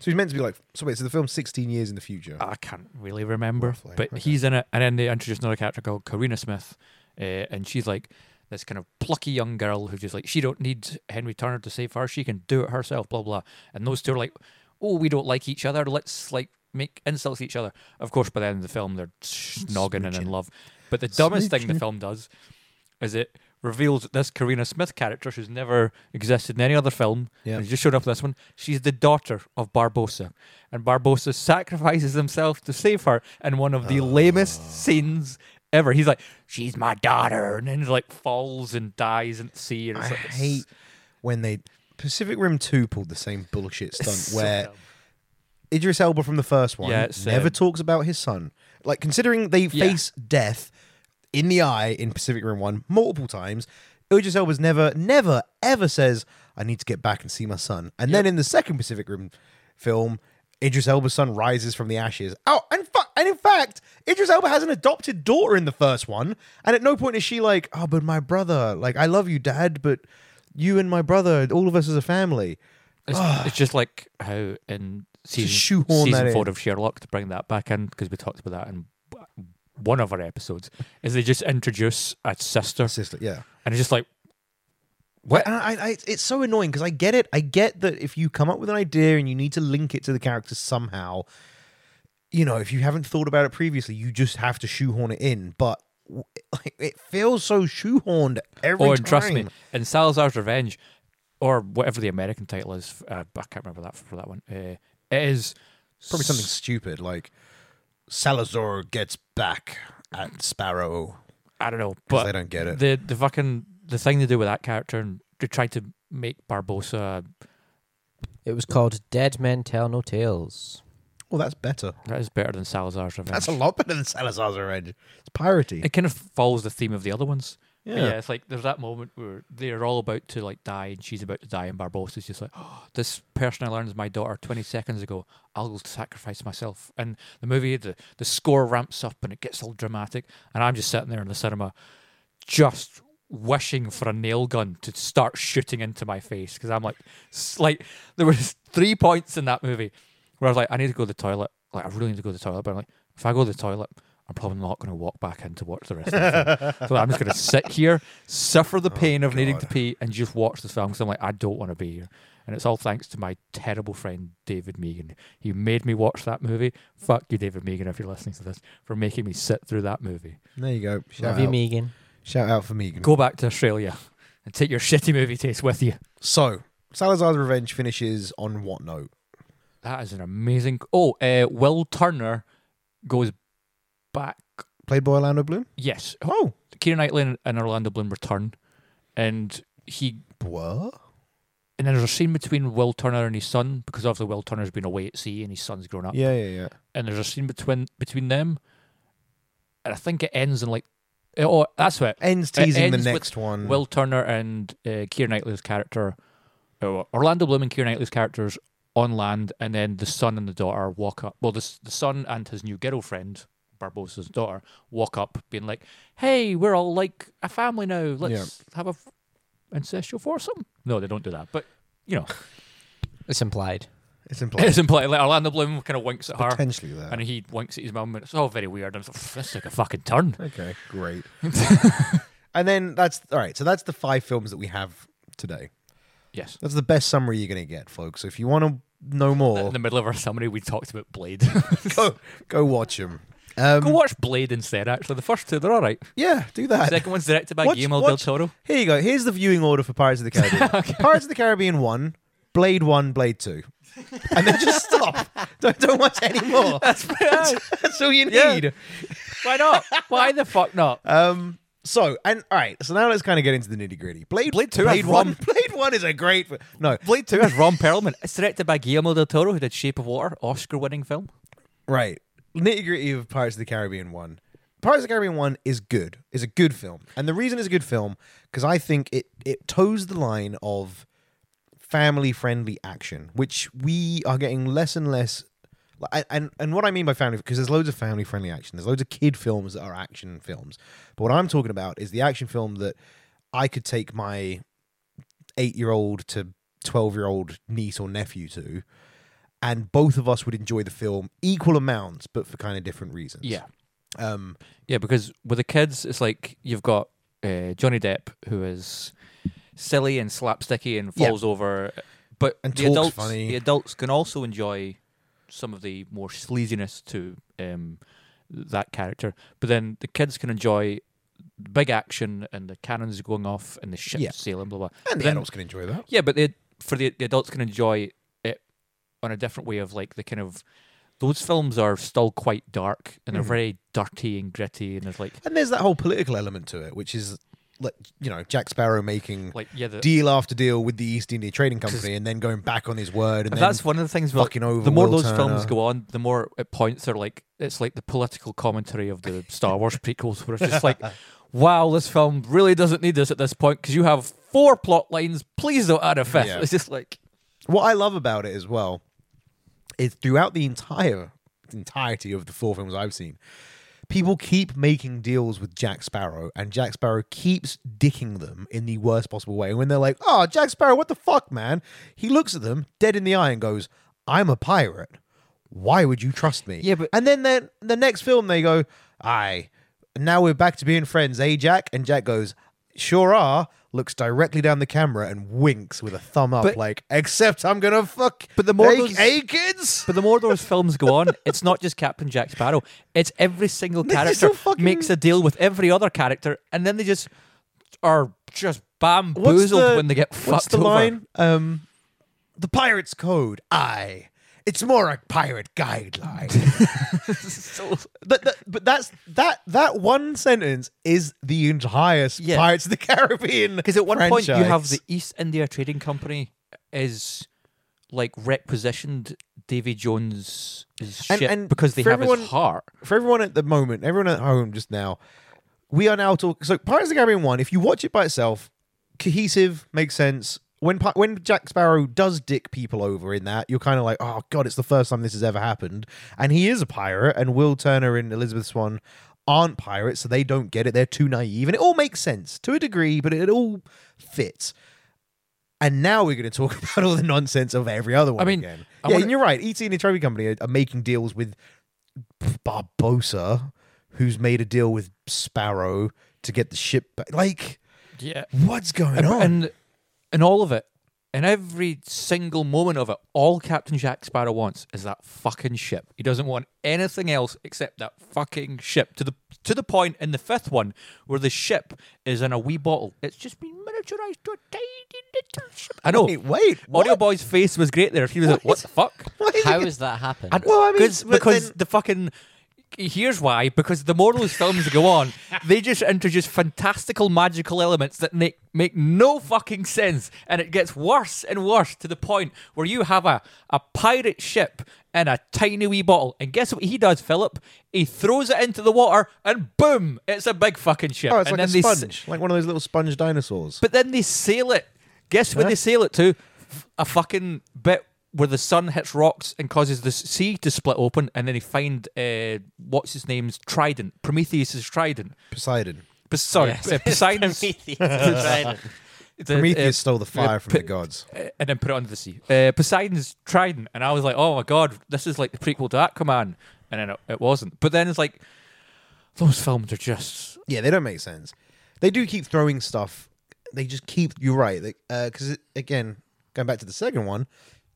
So he's meant to be like, so wait, so the film's 16 years in the future. I can't really remember, Roughly, but okay. he's in it. And then they introduced another character called Karina Smith, uh, and she's like this kind of plucky young girl who's just like she don't need Henry Turner to save her; she can do it herself. Blah blah. And those two are like, oh, we don't like each other. Let's like make insults to each other. Of course, by the end of the film, they're snogging and in Smooching. love. But the dumbest thing the film does is it reveals that this Karina Smith character, who's never existed in any other film, Yeah. and just showed up in this one, she's the daughter of Barbosa. And Barbosa sacrifices himself to save her in one of the Ah. lamest scenes ever. He's like, She's my daughter. And then he like falls and dies in the sea. And I it's like, it's- hate when they. Pacific Rim 2 pulled the same bullshit stunt so where dumb. Idris Elba from the first one Yeah, it's, never um, talks about his son. Like, considering they Yeah. face death in the eye in Pacific Rim 1 multiple times. Idris Elba's never, never, ever says, I need to get back and see my son. And then in the second Pacific Rim film, Idris Elba's son rises from the ashes. Oh, and, fu- and in fact, Idris Elba has an adopted daughter in the first one. And at no point is she like, oh, but my brother, like, I love you, dad, but you and my brother, all of us as a family. It's, it's just like how in season, shoehorn that season in. four of Sherlock to bring that back in because we talked about that in one of our episodes. Is they just introduce a sister Sister, yeah. and it's just like What? And I, I, it's so annoying because I get it. I get that if you come up with an idea and you need to link it to the characters somehow, you know, if you haven't thought about it previously, you just have to shoehorn it in. But w- like, it feels so shoehorned every or time. trust me, in Salazar's Revenge, or whatever the American title is, uh, I can't remember that for that one. Uh, it is Probably something stupid like Salazar gets back at Sparrow. I don't know, but they don't get it. The the fucking the thing they do with that character and they try to make Barbosa It was called Dead Men Tell No Tales. Well, that's better. that is better than Salazar's Revenge. That's a lot better than Salazar's Revenge. It's piracy. it kind of follows the theme of the other ones. But Yeah. yeah, it's like there's that moment where they're all about to like die and she's about to die and Barbosa's just like, oh, this person I learned is my daughter 20 seconds ago. I'll sacrifice myself. And the movie, the, the score ramps up and it gets all dramatic. And I'm just sitting there in the cinema just wishing for a nail gun to start shooting into my face because I'm like, s- like there was three points in that movie where I was like, I need to go to the toilet. Like I really need to go to the toilet, but I'm like, if I go to the toilet, I'm probably not going to walk back in to watch the rest of the film. so I'm just going to sit here, suffer the pain of needing to pee, and just watch this film because I'm like, I don't want to be here. And it's all thanks to my terrible friend David Megan. He made me watch that movie. Fuck you, David Megan, if you're listening to this, for making me sit through that movie. There you go. Shout Love you, out. Megan. Shout out for Megan. Go back to Australia and take your shitty movie taste with you. So Salazar's Revenge finishes on what note? That is an amazing. Oh, uh, Will Turner goes back. Played by Orlando Bloom. Yes, Oh, Keira Knightley and- and Orlando Bloom return, and he what? and then there's a scene between Will Turner and his son because obviously Will Turner's been away at sea and his son's grown up. Yeah, yeah, yeah. and there's a scene between between them, and I think it ends in like, oh, that's it. Ends It teasing ends the with next one. Will Turner and uh, Keir Knightley's character, oh, Orlando Bloom and Keir Knightley's characters on land, and then the son and the daughter walk up. Well, the, s- the son and his new girlfriend, Barbosa's daughter, walk up, being like, "Hey, we're all like a family now. Let's have a f- ancestral foursome." No, they don't do that, but you know, It's implied. it's implied. it's implied. Like Orlando Bloom kind of winks at her, potentially there. and he winks at his mum, and it's all very weird. And it's like, let's take a fucking turn. Okay, great. and then that's all right. So that's the five films that we have today. Yes. That's the best summary you're gonna get, folks. So if you want to know more, In the middle of our summary, we talked about Blade. go go watch them. Um, Go watch Blade instead. Actually, the first two they're all right. yeah, do that. Second one's directed by Watch- Guillermo del watch- Toro. Here you go. Here's the viewing order for Pirates of the Caribbean. Pirates of the Caribbean one, Blade one, Blade two, and then just stop. don't don't watch any more. That's, all you need. Why not? Why the fuck not? Um. So and all right. So now let's kind of get into the nitty gritty. Blade Blade 2 Blade has one. Ron- Blade one is a great. fi- No. Blade Two has Ron Perlman. It's directed by Guillermo del Toro, who did Shape of Water, Oscar-winning film. Right. Nitty gritty of Pirates of the Caribbean one. Pirates of the Caribbean one is good. Is a good film, and the reason it's a good film because I think it it toes the line of family friendly action, which we are getting less and less. like, And and what I mean by family, because there's loads of family friendly action. There's loads of kid films that are action films, but what I'm talking about is the action film that I could take my eight year old to twelve year old niece or nephew to, and both of us would enjoy the film equal amounts, but for kind of different reasons. Um. yeah, because with the kids, it's like you've got uh, Johnny Depp, who is silly and slapsticky and Yeah. falls over, but And the talks adults, funny. the adults can also enjoy some of the more sleaziness to um, that character. But then the kids can enjoy big action and the cannons going off and the ships Yeah. sailing, blah blah. And the Then- adults can enjoy that. Yeah, but they, for the, the adults can enjoy it on a different way of like the kind of those films are still quite Mm-hmm. dark and they're very dirty and gritty and there's like And there's that whole political element to it, which is like you know Jack Sparrow making Like yeah, the, deal after deal with the East India Trading Company and then going back on his word. And But then, that's one of the things. about- fucking over the more Will those films Turner. go on, the more it points are like it's like the political commentary of the Star Wars prequels, where it's just like, wow, this film really doesn't need this at this point because you have four plot lines. Please don't add a fifth. Yeah. It's just like what I love about it as well is throughout the entire entirety of the four films I've seen, people keep making deals with Jack Sparrow, and Jack Sparrow keeps dicking them in the worst possible way. And when they're like, "Oh, Jack Sparrow, what the fuck, man?" he looks at them dead in the eye and goes, "I'm a pirate. Why would you trust me?" Yeah, but- and then then the next film they go, "Aye, now we're back to being friends, eh, Jack?" And Jack goes, "Sure are." Looks directly down the camera and winks with a thumb up, But- like, "Except I'm gonna fuck." But the more hey, those- hey, kids. But the more those films go on, it's not just Captain Jack Sparrow. It's every single is character so fucking- makes a deal with every other character, and then they just are just bamboozled when they get fucked what's the over. line? Um, the pirate's code. I. It's more a pirate guideline. So- but, that- but that's that that one sentence is the entire s- Yeah. Pirates of the Caribbean. Because at one point you have the franchise. East India Trading Company is like requisitioned Davy Jones' And- ship and because they for have everyone- his heart. for everyone at the moment, everyone at home just now. We are now talking. So Pirates of the Caribbean one. If you watch it by itself, cohesive makes sense. When Pi- when Jack Sparrow does dick people over in that, you're kind of like, oh god, it's the first time this has ever happened. And he is a pirate, and Will Turner and Elizabeth Swan aren't pirates, so they don't get it. They're too naive, and it all makes sense to a degree, but it all fits. And now we're going to talk about all the nonsense of every other one mean, again. I yeah, wanna- and you're right. ET and the Trophy Company are, are making deals with Barbosa, who's made a deal with Sparrow to get the ship back. Like, Yeah. what's going on? And in all of it, in every single moment of it, all Captain Jack Sparrow wants is that fucking ship. He doesn't want anything else except that fucking ship. To the to the point in the fifth one where the ship is in a wee bottle. It's just been miniaturized to a tiny little ship. I know. wait, wait. Audio what? Boy's face was great there. He was like, "What the fuck?" Why is How it- has that happened? And- Well, I mean, because- but because then- the fucking here's why because the more those films go on, they just introduce fantastical magical elements that make make no fucking sense, and it gets worse and worse to the point where you have a a pirate ship and a tiny wee bottle, and guess what he does, Philip? He throws it into the water, and boom, it's a big fucking ship. Oh, it's and like a then they s- sponge, like one of those little sponge dinosaurs. but then they sail it. Guess where Huh? they sail it to? F- A fucking bit where the sun hits rocks and causes the s- sea to split open, and then they find uh, what's his name's trident, Prometheus's trident. Poseidon. P- sorry, Yes. uh, Poseidon's. Prometheus. Right. the, uh, Prometheus stole the fire from put- the gods. uh, and then put it under the sea. Uh, Poseidon's trident, and I was like, oh my god, this is like the prequel to Aquaman, and then it, it wasn't. But then it's like those films are just Yeah, they don't make sense. They do keep throwing stuff. They just keep. You're right. Because it again, going back to the second one,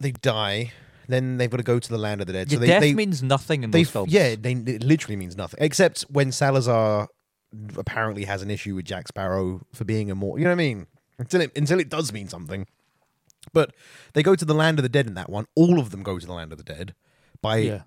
they die. Then they've got to go to the land of the dead. Your so they, death they, means nothing in they those films. yeah, they it literally means nothing except when Salazar apparently has an issue with Jack Sparrow for being immortal. You know what I mean? Until it until it does mean something. But they go to the land of the dead in that one. All of them go to the land of the dead by yeah,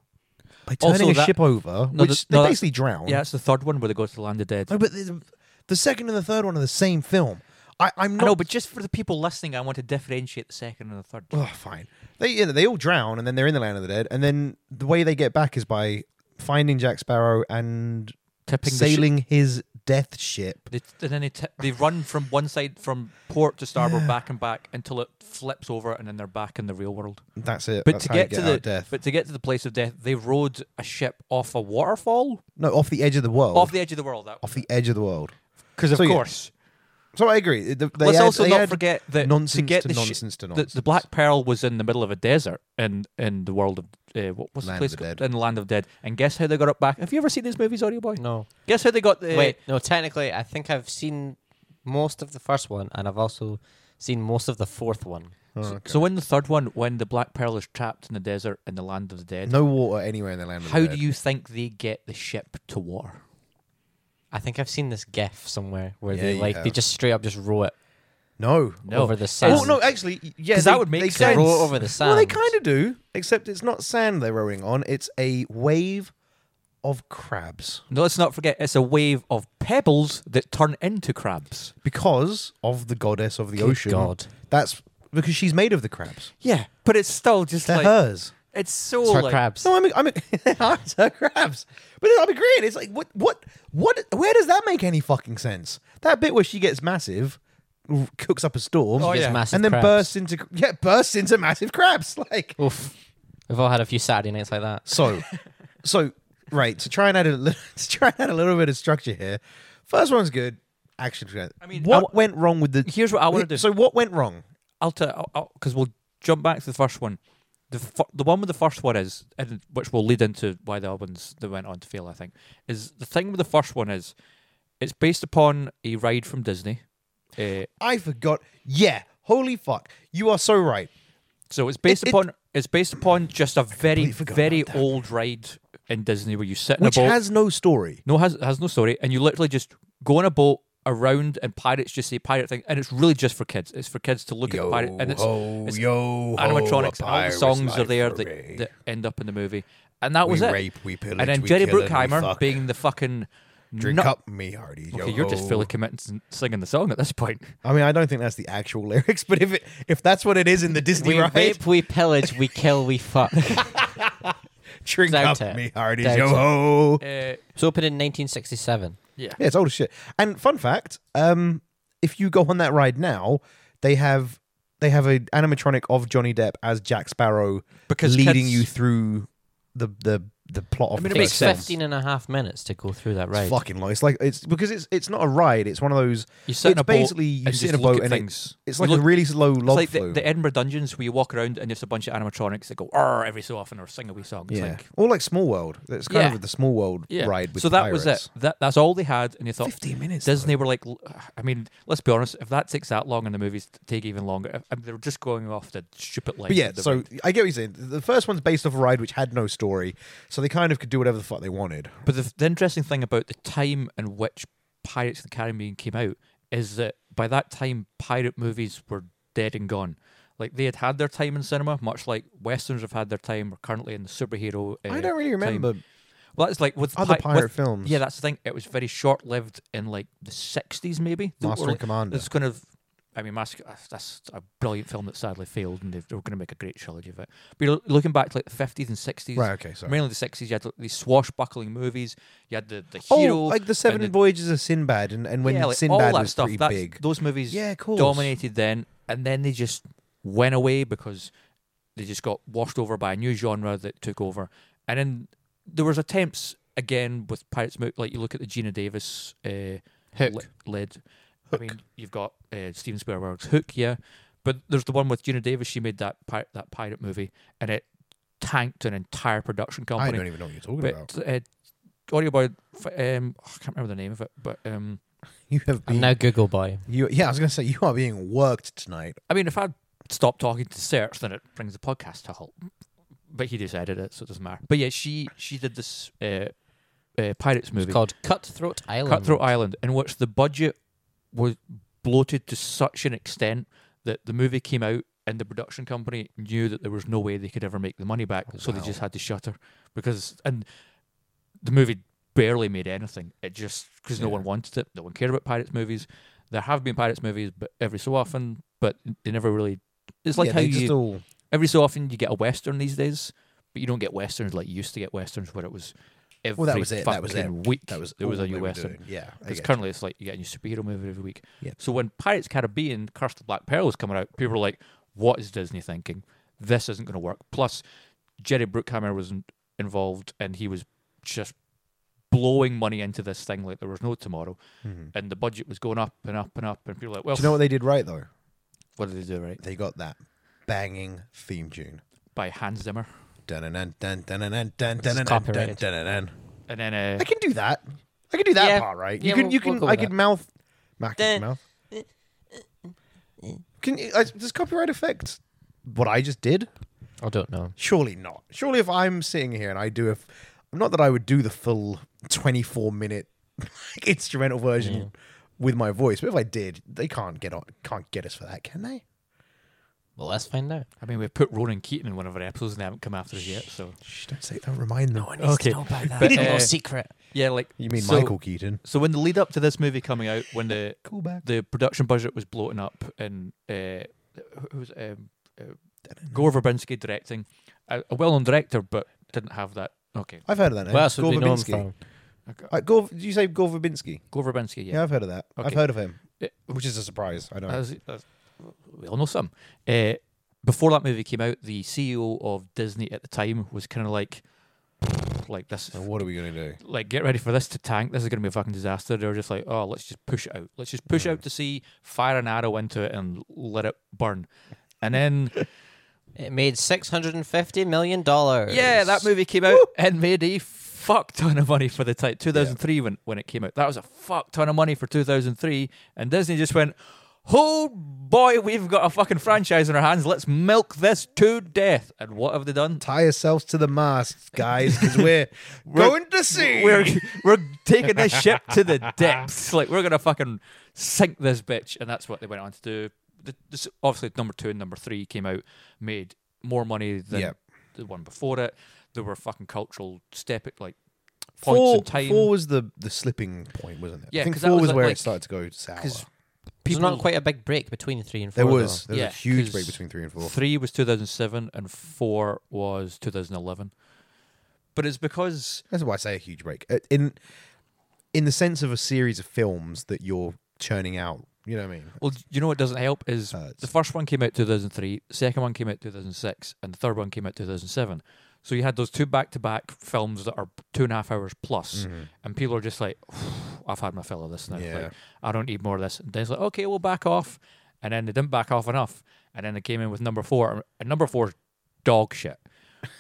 by Also turning a that- ship over, No, which the- no, they that- basically drown. yeah. It's the third one where they go to the land of dead. No, but the, the second and the third one are the same film. I, I'm I not. know, but just for the people listening, I want to differentiate the second and the third. oh, fine. They you know, they all drown and then they're in the land of the dead. And then the way they get back is by finding Jack Sparrow and Tipping sailing his death ship. The ship. They, and then they, tip they run from one side, from port to starboard, back and back until it flips over, and then they're back in the real world. That's it. But That's to how you get, to out the of death, but to get to the place of death, they rode a ship off a waterfall, no, off the edge of the world, off the edge of the world. off the edge of the world. Because of so, yeah. course, So I agree. The- They let's had- also they not had forget that nonsense to get to the shi- nonsense to the- nonsense. The, Black Pearl was in the middle of a desert in in the world of uh, what, what's Land the place of the called? Dead. in the land of dead. And guess how they got it back? Have you ever seen these movies, Audio Boy? No. Guess how they got Uh, the Wait, no, technically, I think I've seen most of the first one, and I've also seen most of the fourth one. Oh, So- okay. So in the third one, when the Black Pearl is trapped in the desert in the land of the dead, no water anywhere in the land of how the do dead. you think they get the ship to war? I think I've seen this GIF somewhere where Yeah, they you like they have. just straight up just row it No. No. over the sand. Well, no, actually, yeah, 'Cause that they- would make they sense. can- row it over the sand. Well, they kind of do, except it's not sand they're rowing on. It's a wave of crabs No, let's not forget it's a wave of pebbles that turn into crabs. because of the goddess of the Good ocean. God. That's because she's made of the crabs. Yeah, but it's still just They're like hers. it's so It's her like crabs. Oh, No, I mean, I mean, it's her crabs. But I'm agreeing. It's like, what, what, what? Where does that make any fucking sense? That bit where she gets massive, r- cooks up a storm, Oh, She gets yeah. massive and then crabs. bursts into cr- yeah, bursts into massive crabs. Like Oof. We've all had a few Saturday nights like that. so, so right to try and add a li- to try and add a little bit of structure here. First one's good. Action. I mean, mean, what I w- went wrong with the? Here's what I want to do. So what went wrong? I'll tell because we'll jump back to the first one. The fir- the one with the first one is, and which will lead into why the other ones that went on to fail, I think, is the thing with the first one is it's based upon a ride from Disney. Uh, I forgot. Yeah, holy fuck, you are so right. so it's based It- it- upon it's based upon just a very Completely forgot very about that. old ride in Disney where you sit in Which a boat. has no story. no has has no story, and you literally just go on a boat around, and pirates just say pirate thing, and it's really just for kids. It's for kids to look at pirate, and it's, ho, it's yo, ho, animatronics. a and all the pirate's songs are life there hooray. that, that end up in the movie, and that We was it. rape, we pillage, and then we Jerry kill, and we Bruckheimer fuck. being the fucking Drink nut- up, me hearty. Okay, yo you're just ho. fully committed to singing the song at this point. I mean, I don't think that's the actual lyrics, but if it, if that's what it is in the Disney We ride, rape, we pillage, we kill, we fuck. It drink doubt up, it. me hearty. Doubt Yo it. ho. Uh, was opened in 1967. Yeah, it's old as shit. And fun fact, um, if you go on that ride now, they have they have an animatronic of Johnny Depp as Jack Sparrow Because leading kids- you through the the the plot of mean, it the makes It's film. sense. 15 and a half minutes to go through that It's ride. fucking low. It's like it's because it's it's not a ride. It's one of those. You sit in it's a boat basically you and sit just in a look boat at and things. it, it's like You a look- really slow log it's like the, flume. the Edinburgh Dungeons where you walk around and there's a bunch of animatronics that go "Arr" every so often or sing a wee song. It's yeah, like, or like Small World. It's kind Yeah. of the Small World yeah. ride. With so that was it. pirates. That that's all they had, and you thought Fifteen minutes. Disney were like, "L- I mean, let's be honest. If that takes that long, and the movies take even longer, I mean, they're just going off the stupid line. But yeah, of the so ride. I get what you're saying. The first one's based off a ride which had no story, so they kind of could do whatever the fuck they wanted. But the, the interesting thing about the time in which Pirates of the Caribbean came out is that by that time, pirate movies were dead and gone. Like they had had their time in cinema, much like westerns have had their time. We're currently in the superhero. Uh, I don't really time. remember Well, that's like with other pi- pirate with- films. Yeah, that's the thing. It was very short lived in like the sixties, maybe. They Master were- and Commander. It's kind of. I mean, Master. uh, That's a brilliant film that sadly failed, and they they were going to make a great trilogy of it. But you're looking back to like the fifties and sixties, Right, okay, sorry. mainly the sixties. You had like, these swashbuckling movies. You had the the Oh, hero, like the and Seven the- Voyages of Sinbad, and, and when yeah, like, all Sinbad that was stuff. pretty that's- big. Those movies, Yeah, of course. dominated then, and then they just went away because they just got washed over by a new genre that took over. And then there was attempts again with Pirates Mo- like you look at the Gina Davis uh, Hook. le- led. I mean, you've got uh, Steven Spielberg's Hook, yeah, but there's the one with Gina Davis. She made that pirate that pirate movie, and it tanked an entire production I company. don't even know what you're talking about. but uh, Audio Boy, f- um, I can't remember the name of it, but um, You have I'm been. now Google boy. you, yeah, I was gonna say you are being worked tonight. I mean, if I stop talking to Search, then it brings the podcast to a halt. But he decided it, so it doesn't matter. But yeah, she she did this uh, uh, pirates movie, It's called Cutthroat Island. Cutthroat Island, in which the budget was bloated to such an extent that the movie came out and the production company knew that there was no way they could ever make the money back, so they Oh, wow. just had to shutter because and the movie barely made anything. It just because no Yeah. one wanted it, no one cared about pirates movies. There have been pirates movies, but every so often, but they never really. It's like yeah, how they you just all every so often you get a western these days, but you don't get westerns like you used to get westerns where it was every Well, that was it, that was fucking it, week. that was there was all a they new were western. doing. Yeah, I Because get currently it's like you get a new superhero movie every week. Yeah. So when Pirates Caribbean, Curse of the Black Pearl was coming out, people were like, "What is Disney thinking? This isn't going to work." Plus, Jerry Bruckheimer was in- involved, and he was just blowing money into this thing like there was no tomorrow. Mhm. And the budget was going up and up and up, and people were like, "Well, Do you know what they did right though? what did they do right?" They got that banging theme tune. By Hans Zimmer, Dun dun dun dun dun dun This dun is dun dun copyrighted. dun. and then uh, I can do that. I can do that Yeah. part, right? Yeah, you can. we'll- You we'll can. go I with can that. mouth. Mac Dun. mouth. Can you, uh, does copyright affect what I just did? I don't know. Surely not. Surely, if I'm sitting here and I do a, f- not that I would do the full 24 minute instrumental version Mm. with my voice, but if I did, they can't get on, can't get us for that, can they? Well, let's find out. I mean, we've put Ronan Keaton in one of our episodes and they haven't come after us yet. So Shh, don't say. Don't remind them. okay, But, But, little uh, secret. yeah, like You mean so- Michael Keaton? So when the lead up to this movie coming out, when the Cool back. the production budget was bloating up, and uh, who- who was it, um, uh, Gore Verbinski directing, a, a well-known director, but didn't have that. Okay, I've heard of that name. Where else would Gore we know him Verbinski. from? okay. Uh, Gore, did you say Gore Verbinski? Gore Verbinski, Yeah, yeah, I've heard of that. I've Okay. heard of him, It- which is a surprise. I know. As- as- we all know some. Uh, before that movie came out, the CEO of Disney at the time was kind of like, like this, So what are we gonna do? like get ready for this to tank. This is going to be a fucking disaster. They were just like, oh, let's just push it out. Let's just push out to sea, fire an arrow into it, and let it burn. And then It made six hundred and fifty million dollars. yeah, that movie came out and made a fuck ton of money for the time. 2003 when when it came out, that was a fuck ton of money for 2003. And Disney just went, oh boy, we've got a fucking franchise in our hands. Let's milk this to death. And what have they done? Tie yourselves to the masts, guys, because we're, going to sea. We're we're taking this ship to the depths. Like we're gonna fucking sink this bitch, and that's what they went on to do. The, this, obviously, number two and number three came out, made more money than Yep. the one before it. There were fucking cultural step like points four, in time. four was the the slipping point, wasn't it? Yeah, I think 'cause that four was was at, where like- it started to go sour. Because There's people not quite a big break between three and four. There was there was Yeah, a huge 'cause break between three and four. Three was 2007 and four was 2011. But it's because That's why I say a huge break Uh, in in the sense of a series of films that you're churning out. You know what I mean? well, you know what doesn't help is Uh, it's- the first one came out 2003, the second one came out 2006, and the third one came out 2007. So you had those two back-to-back films that are two and a half hours plus, and people are just like, "I've had my fill of this now. Like, Mm-hmm. Yeah. I don't need more of this." And Den's like, "Okay, we'll back off," and then they didn't back off enough, and then they came in with number four, and number four's dog shit.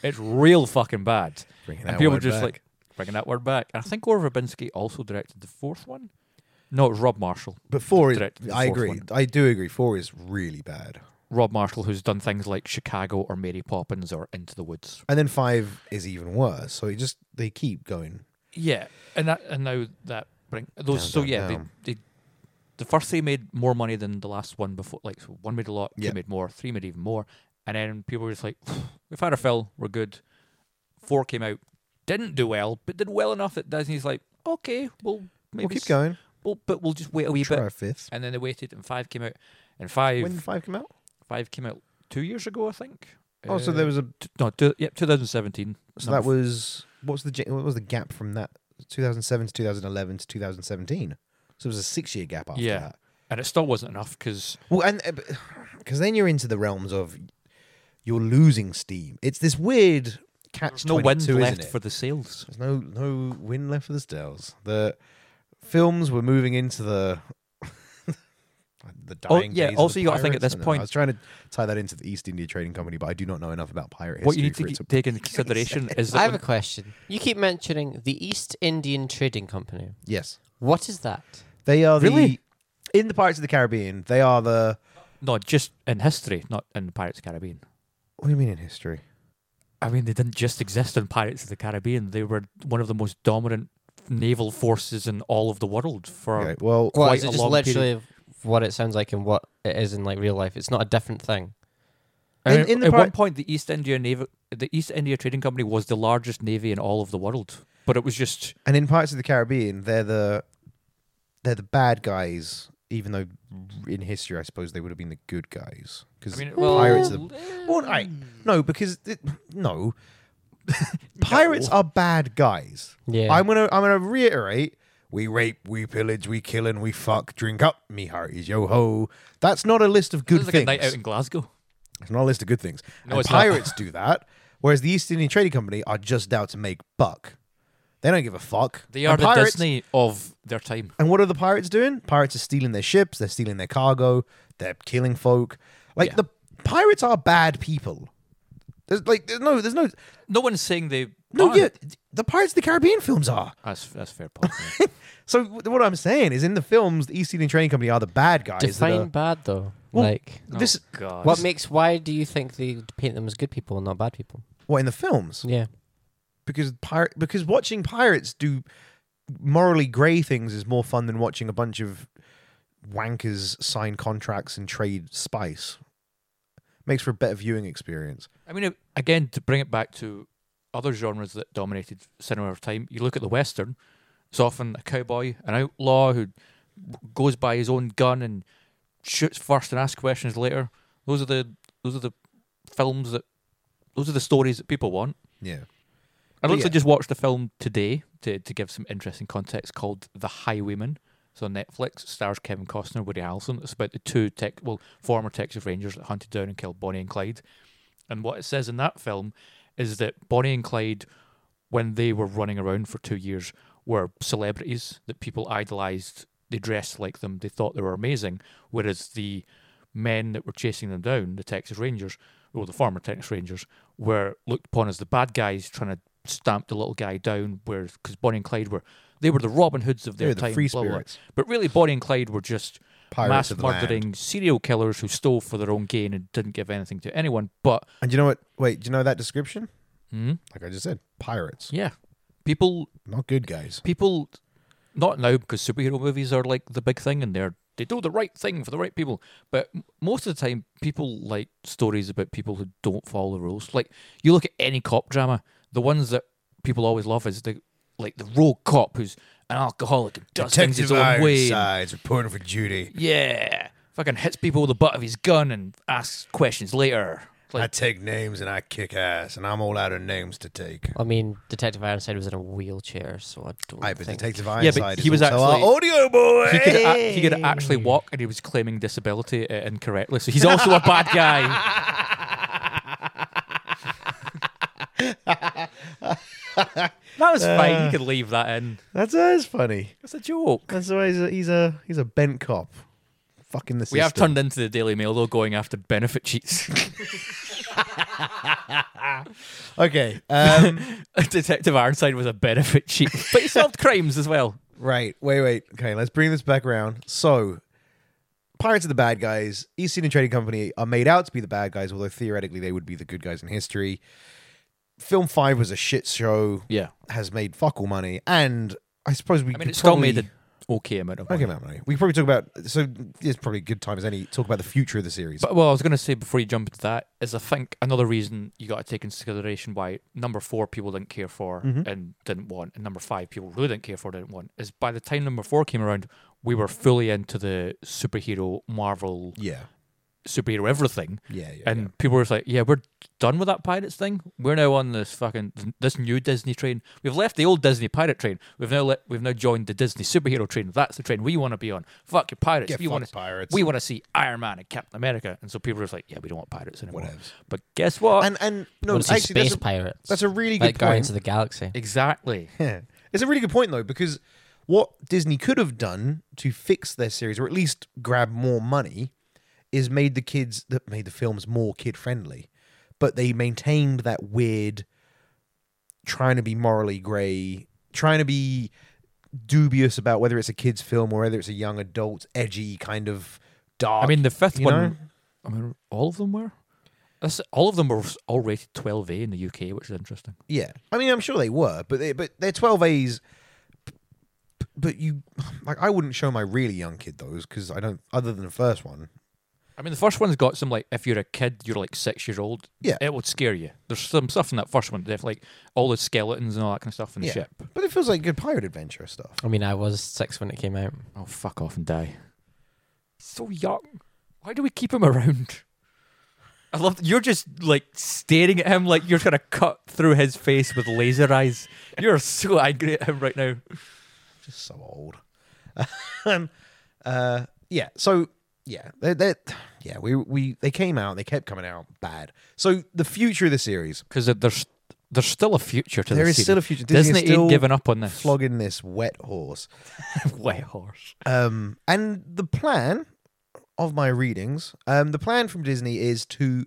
It's real fucking bad. Bringing and that people word just back. like bringing that word back. And I think Gore Verbinski also directed the fourth one. No, it was Rob Marshall. But four is, Direct- the I fourth agree. one. I do agree. Four is really bad. Rob Marshall, who's done things like Chicago or Mary Poppins or Into the Woods. And then five is even worse. So it just they keep going. Yeah, and that and now that bring Down, those. so down, yeah, down. They, they the first three made more money than the last one before. Like so one made a lot, Yeah. two made more, three made even more, and then people were just like, "We've had our fill. We're good." Four came out, didn't do well, but did well enough that Disney's like, "Okay, well maybe we'll keep s- going. We'll, but we'll just wait a wee Try bit." a fifth. And then they waited, and five came out, and five When did five come out? five came out two years ago, I think. Oh, so there was a. T- no, two, yeah, 2017. So uh, number that was what's the ja- what was the gap from that 2007 to 2011 to 2017? So it was a six year gap after Yeah. that. and it still wasn't enough because Well, and because then you're into the realms of you're losing steam. It's this weird catch there's no wind 22, left isn't it? for the sales. There's no no wind left for the sails. The films were moving into the the Oh, dying. yeah, days of also the you gotta think pirates. at this I don't know. point- I was trying to tie that into the East India Trading Company, but I do not know enough about pirate What history you need to for it keep- take into consideration is I that have a when- question. You keep mentioning the East Indian Trading Company. Yes, What is that? they are Really? the in the Pirates of the Caribbean. They are the no, just in history, not in Pirates of the Caribbean. what do you mean in history? I mean, they didn't just exist in Pirates of the Caribbean. They were one of the most dominant naval forces in all of the world for Okay, well, Quite Well, is a it just long literally what it sounds like and what it is in like real life? It's not a different thing. I In- mean, in the at part- one point, the East India Navy, the East India Trading Company, was the largest navy in all of the world. But it was just and in Pirates of the Caribbean, they're the they're the bad guys. Even though in history, I suppose they would have been the good guys because I mean, well, mm. pirates are the Well, I, no, because it, no, pirates are bad guys. Yeah. I'm gonna I'm gonna reiterate. We rape, we pillage, we kill, and we fuck. Drink up, me hearties, yo ho. That's not a list of It good was like things. a night out in Glasgow. it's not a list of good things. No, and it's not. pirates do that, whereas the East Indian Trading Company are just out to make buck. They don't give a fuck. They are and the pirates, Disney of their time. And what are the pirates doing? Pirates are stealing their ships. They're stealing their cargo. They're killing folk. Like Yeah. the pirates are bad people. There's like there's no there's no No one's saying they. no, aren't. yeah, the Pirates of the Caribbean films are. That's that's fair point. yeah. So wh- what I'm saying is, in the films, the East Indian Trading Company are the bad guys. that Define are- bad though. Well, like this oh, God. what makes why do you think they paint them as good people and not bad people? what in the films Yeah. because pirate because watching pirates do morally grey things is more fun than watching a bunch of wankers sign contracts and trade spice. makes for a better viewing experience. I mean, again, to bring it back to other genres that dominated cinema of time, you look at the Western, it's often a cowboy, an outlaw who goes by his own gun and shoots first and asks questions later. Those are the those are the films that those are the stories that people want. Yeah. I But literally yeah. just watched a film today to, to give some interesting context called The Highwayman. It's on Netflix. It stars Kevin Costner, Woody Harrelson. It's about the two tech, well, former Texas Rangers that hunted down and killed Bonnie and Clyde. And what it says in that film is that Bonnie and Clyde, when they were running around for two years, were celebrities that people idolized. They dressed like them. They thought they were amazing. Whereas the men that were chasing them down, the Texas Rangers, or the former Texas Rangers, were looked upon as the bad guys trying to stamp the little guy down. Where because Bonnie and Clyde were they were the Robin Hoods of They their were the time. free blah, blah, blah. spirits. But really, Bonnie and Clyde were just Pirates mass of the murdering Land. serial killers who stole for their own gain and didn't give anything to anyone. But And you know what? Wait, do you know that description? Like I just said, pirates, yeah, people not good guys. people not now because superhero movies are like the big thing and they're they do the right thing for the right people but m- most of the time people like stories about people who don't follow the rules like you look at any cop drama the ones that people always love is the like the rogue cop who's an alcoholic and does things his own way and- reporting for duty. yeah fucking hits people with the butt of his gun and asks questions later It's like take names and I kick ass, and I'm all out of names to take. I mean, Detective Ironside was in a wheelchair, so I don't I but think. Detective Yeah, but Ironside he is was also actually- our audio boy. he could, a- he could actually walk and he was claiming disability uh, incorrectly so he's also a bad guy That was fine. You can leave that in. That's, that's funny. It's a joke. That's why he's a he's a he's a bent cop. Fucking the system. We have turned into the Daily Mail though, going after benefit cheats. Okay. Um, Detective Ironside was a benefit cheat, but he solved crimes as well. right. Wait. Wait. Okay. Let's bring this back around. So, pirates are the bad guys. East Indian Trading Company are made out to be the bad guys, although theoretically they would be the good guys in history. Film five was a shit show. Yeah, Has made fuck all money, and I suppose we. I mean, could it still probably- made an okay amount of money. Okay, man. Money. We could probably talk about. So it's probably a good time as any to talk about the future of the series. But well, I was going to say before you jump into that is I think another reason you got to take into consideration why number four people didn't care for and didn't want, and number five people really didn't care for didn't want is by the time number four came around, we were fully into the superhero Marvel yeah. superhero everything. Yeah. Yeah. and people were just like, "Yeah, we're done with that pirates thing. We're now on this fucking this new Disney train. We've left the old Disney pirate train. We've now let, we've now joined the Disney superhero train. That's the train we want to be on. Fuck your pirates. Yeah, we fuck want pirates. We want to see Iron Man and Captain America." And so people were just like, "Yeah, we don't want pirates anymore." Whatevs. But guess what? yeah. and and no, Wanna see actually, space that's, a, pirates. that's a really like good Guardians point. of the Galaxy. exactly. Yeah. It's a really good point though, because what Disney could have done to fix their series, or at least grab more money, is made the kids that made the films more kid friendly. But they maintained that weird trying to be morally grey, trying to be dubious about whether it's a kid's film or whether it's a young adult, edgy kind of dark. I mean, the fifth you one. know? I mean, all of them were. That's, all of them were all rated 12A in the UK, which is interesting. Yeah, I mean, I'm sure they were, but they, but they're twelve A's. b- b- But you, like, I wouldn't show my really young kid those because I don't. Other than the first one, I mean, the first one's got some like, if you're a kid, you're like six year old. Yeah. it would scare you. There's some stuff in that first one, def- like all the skeletons and all that kind of stuff in the yeah. ship. But it feels like good pirate adventure stuff. I mean, I was six when it came out. Oh, fuck off and die. So young. Why do we keep him around? I love that you're just like staring at him like you're trying to cut through his face with laser eyes. You're so angry at him right now. Just so old. um, uh, yeah. So yeah, they they yeah we we they came out. They kept coming out bad. So the future of the series, Because there's there's still a future to there this. is still a future. Disney, Disney ain't is still giving up on this. flogging this wet horse. Wet horse. Um, and the plan of my readings, um, the plan from Disney is to.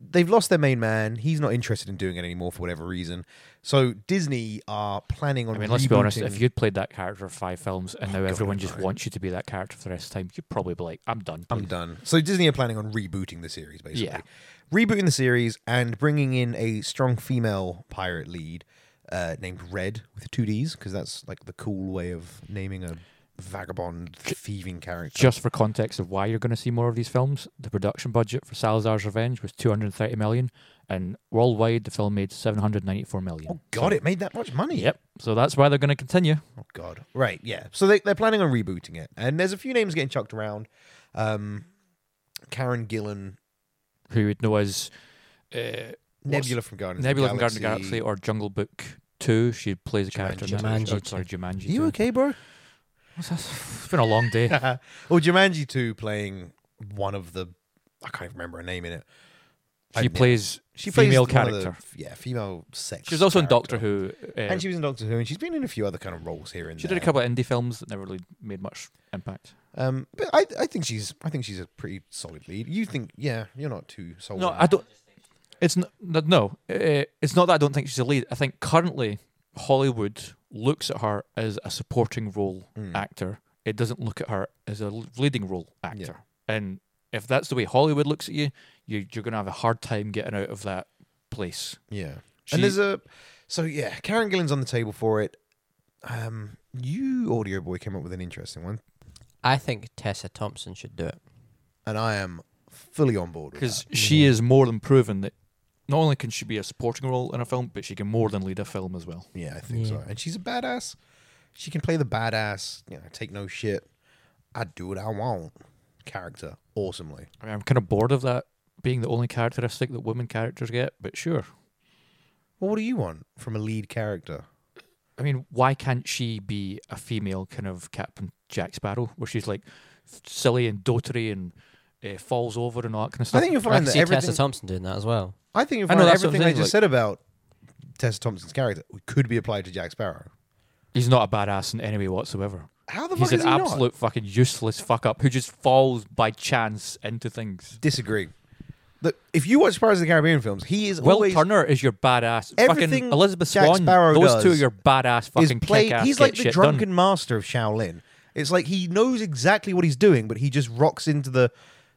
They've lost their main man. He's not interested in doing it anymore for whatever reason. So Disney are planning on. I mean, let's be honest. If rebooting- Oh, you'd played that character for five films, and now everyone just no. wants you to be that character for the rest of time, you'd probably be like, "I'm done." I'm please." done. So Disney are planning on rebooting the series, basically. Yeah. Rebooting the series and bringing in a strong female pirate lead uh, named Red with two D's because that's like the cool way of naming a vagabond, thieving character. Just for context of why you're going to see more of these films, the production budget for Salazar's Revenge was 230 million, and worldwide the film made 794 million. oh God, it made that much money. Yep. So that's why they're going to continue. Oh God. Right. Yeah. So they, they're planning on rebooting it, and there's a few names getting chucked around. Um, Karen Gillan, Who would know as uh, Nebula from Guardians. of the Nebula from Guardians of the Galaxy or Jungle Book 2. She plays a character in that. Jumanji. Oh, sorry, Jumanji. Are you 2. okay, bro? What's that? It's been a long day. Or Jumanji 2 playing one of the I can't even remember her name in it. I- She yeah. plays she plays female one of the- character. yeah, female sex. She was also in character. Doctor Who. Uh, And she was in Doctor Who, and she's been in a few other kind of roles here and she there. did a couple of indie films that never really made much impact. Um, but I, I think she's, I think she's a pretty solid lead. You think, yeah, you're not too sold. No, on I don't. It's n- n- no. uh, It's not that I don't think she's a lead. I think currently Hollywood looks at her as a supporting role actor. It doesn't look at her as a l- leading role actor. And if that's the way Hollywood looks at you, you you're going to have a hard time getting out of that place. Yeah. She- and there's a so yeah, Karen Gillan's on the table for it. Um you audio boy came up with an interesting one I think Tessa Thompson should do it. and I am fully on board with because that. she is more than proven that not only can she be a supporting role in a film, but she can more than lead a film as well. Yeah, I think so. And she's a badass. She can play the badass, you know, take no shit. I do what I want character awesomely. I mean, I'm kind of bored of that being the only characteristic that women characters get, but sure. Well, what do you want from a lead character? I mean, why can't she be a female kind of Captain Jack Sparrow, where she's like f- silly and dotery and uh, falls over and all that kind of stuff? I think you'll I find can that see Oh, everything. Tessa Thompson doing that as well. I think you'll I know, find that's what I'm everything I saying, just like- said about Tessa Thompson's character could be applied to Jack Sparrow. he's not a badass in any way whatsoever. How the He's fuck an is he not? absolute fucking useless fuck up who just falls by chance into things. Disagree. Look, if you watch Pirates of the Caribbean films, he is Will always Turner is your badass. Everything fucking Elizabeth Jack Swan. Sparrow those two are does your badass is fucking play. kick-ass He's get like the shit drunken done. master of Shaolin. It's like he knows exactly what he's doing, but he just rocks into the.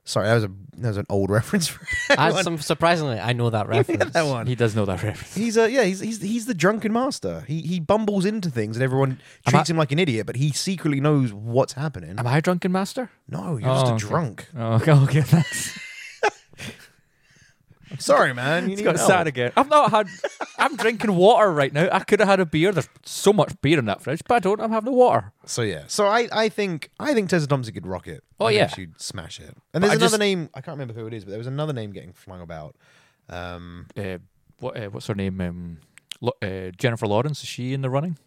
Sorry, that was a that was an old reference. For I, everyone. some, surprisingly, I know that reference. that one. He does know that reference. He's a yeah. He's he's he's the drunken master. He he bumbles into things and everyone Am treats I- him like an idiot, but he secretly knows what's happening. Am I a drunken master? no, you're just Oh, a okay. drunk. Oh, okay, okay thanks. Sorry, man. You It's need got help. sad again. I've not had. I'm drinking water right now. I could have had a beer. There's so much beer in that fridge, but I don't. I'm having the water. So yeah. So I I think I think Tessa Thompson could rock it. Oh, I think yeah. she'd smash it. And there's I another just- name I can't remember who it is, but there was another name getting flung about. Um, Uh, what? Uh, what's her name? Um, Lo- uh, Jennifer Lawrence. Is she in the running?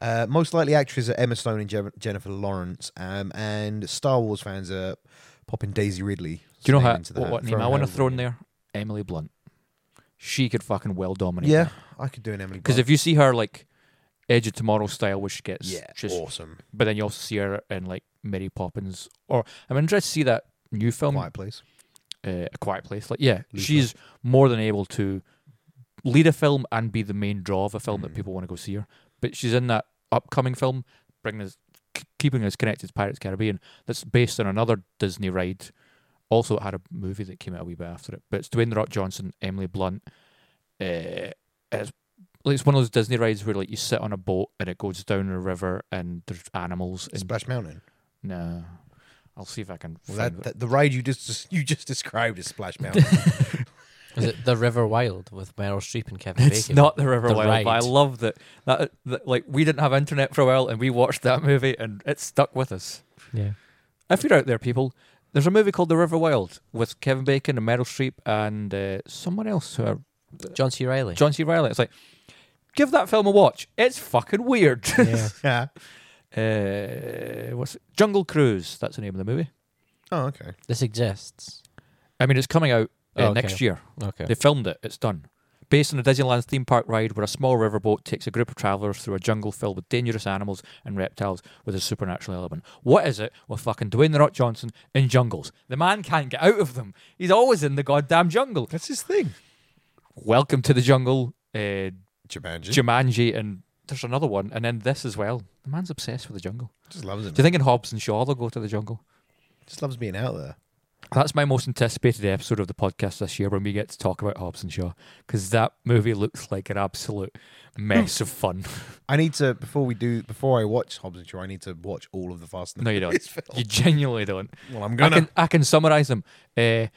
Uh, most likely actresses are Emma Stone and Je- Jennifer Lawrence, um, and Star Wars fans are popping Daisy Ridley. Do you know how, into what, that, what name throwing I want her to throw name. in there? Emily Blunt. She could fucking well dominate. Yeah, I could do an Emily Because Blunt. if you see her like Edge of Tomorrow style, which she gets yeah, oh. just, awesome. but then you also see her in like Mary Poppins, or I'm interested to see that new film, Quiet place. uh, A Quiet Place. Like, yeah, she's more than able to lead a film and be the main draw of a film Mm. that people want to go see her. But she's in that upcoming film, bringing us, k- keeping us connected to Pirates of the Caribbean. That's based on another Disney ride. Also, it had a movie that came out a wee bit after it, but it's Dwayne the Rock Johnson, Emily Blunt. Uh, it's like, it's one of those Disney rides where like you sit on a boat and it goes down a river and there's animals. And, Splash Mountain. no, I'll see if I can. Well, find that, it. that the ride you just you just described is Splash Mountain. Is it The River Wild with Meryl Streep and Kevin It's Bacon? not the River The Wild, but I ride. love that, that. That like we didn't have internet for a while, and we watched that movie, and it stuck with us. Yeah. If you're out there, people, there's a movie called The River Wild with Kevin Bacon and Meryl Streep and uh, someone else, who are, John C. Riley. John C. Riley. It's like, give that film a watch. It's fucking weird. Yeah. yeah. uh, what's it? Jungle Cruise? That's the name of the movie. Oh, okay. this exists. I mean, it's coming out uh, Oh, okay. next year. Okay. They filmed it. It's done. Based on a Disneyland theme park ride where a small riverboat takes a group of travelers through a jungle filled with dangerous animals and reptiles with a supernatural element. What is it with fucking Dwayne The Rock Johnson in jungles? The man can't get out of them. He's always in the goddamn jungle. That's his thing. Welcome to the jungle, uh, Jumanji Jumanji, and there's another one, and then this as well. The man's obsessed with the jungle. just loves it. Do you think in Hobbs and Shaw they'll go to the jungle? man. Just loves being out there. That's my most anticipated episode of the podcast this year when we get to talk about Hobbs and Shaw because that movie looks like an absolute mess of fun. I need to before we do before I watch Hobbs and Shaw. I need to watch all of the Fast and the No, you don't. Furious films. You genuinely don't. Well, I'm I gonna. can I can summarize them. Uh,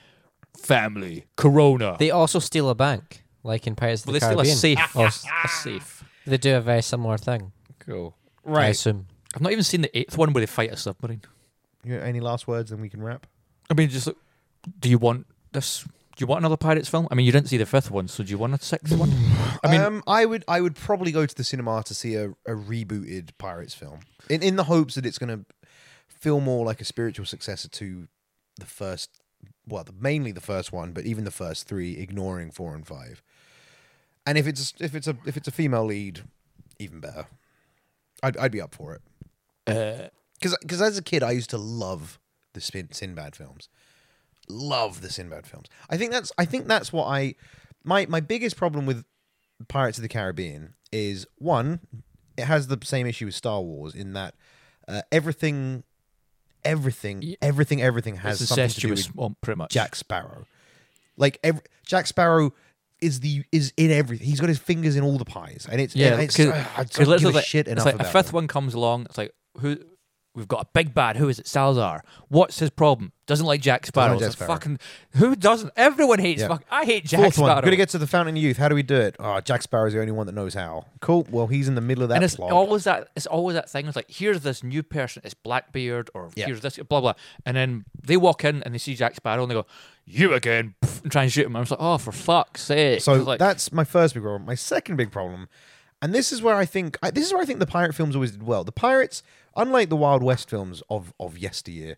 family, Corona. They also steal a bank, like in Pirates of well, the they still a Caribbean. safe. Or Oh, s- a safe. They do a very similar thing. Cool. I Right. assume. I've not even seen the eighth one where they fight a submarine. You got any last words? Then we can wrap. I mean, just like, do you want this? Do you want another Pirates film? I mean, you didn't see the fifth one, so do you want a sixth one? I mean, um, I would I would probably go to the cinema to see a, a rebooted Pirates film in in the hopes that it's going to feel more like a spiritual successor to the first, well, the, mainly the first one, but even the first three, ignoring four and five. And if it's if it's a if it's a female lead, even better. I'd I'd be up for it uh, because as a kid I used to love the Spin- Sinbad films, love the Sinbad films. I think that's I think that's what I my my biggest problem with Pirates of the Caribbean is one, it has the same issue as Star Wars in that uh, everything, everything, everything, everything has it's something to do with incestuous, well, pretty much. Jack Sparrow. Like every, Jack Sparrow is the is in everything. He's got his fingers in all the pies, and it's Yeah, and it's, cause- uh, I Because don't give a like, shit it's enough like about a fifth it. one comes along. It's like who we've got a big bad. Who is it? Salazar. What's his problem? Doesn't like Jack Sparrow. like It's Jack like, Sparrow. Fucking who doesn't? Everyone hates. Yeah. Fuck, I hate Jack Fourth Sparrow. one. Gonna get to the Fountain of Youth. How do we do it? Oh, Jack Sparrow's the only one that knows how. Cool. Well, he's in the middle of that and it's plot. always that it's always that thing. It's like here's this new person, it's Blackbeard, or Yeah. here's this blah blah, and then they walk in and they see Jack Sparrow and they go, "You again?" pff, and try and shoot him. I was like, "Oh, for fuck's sake!" so It's like, that's my first big problem. My second big problem, and this is where I think I, this is where I think the pirate films always did well. The pirates, unlike the Wild West films of of yesteryear,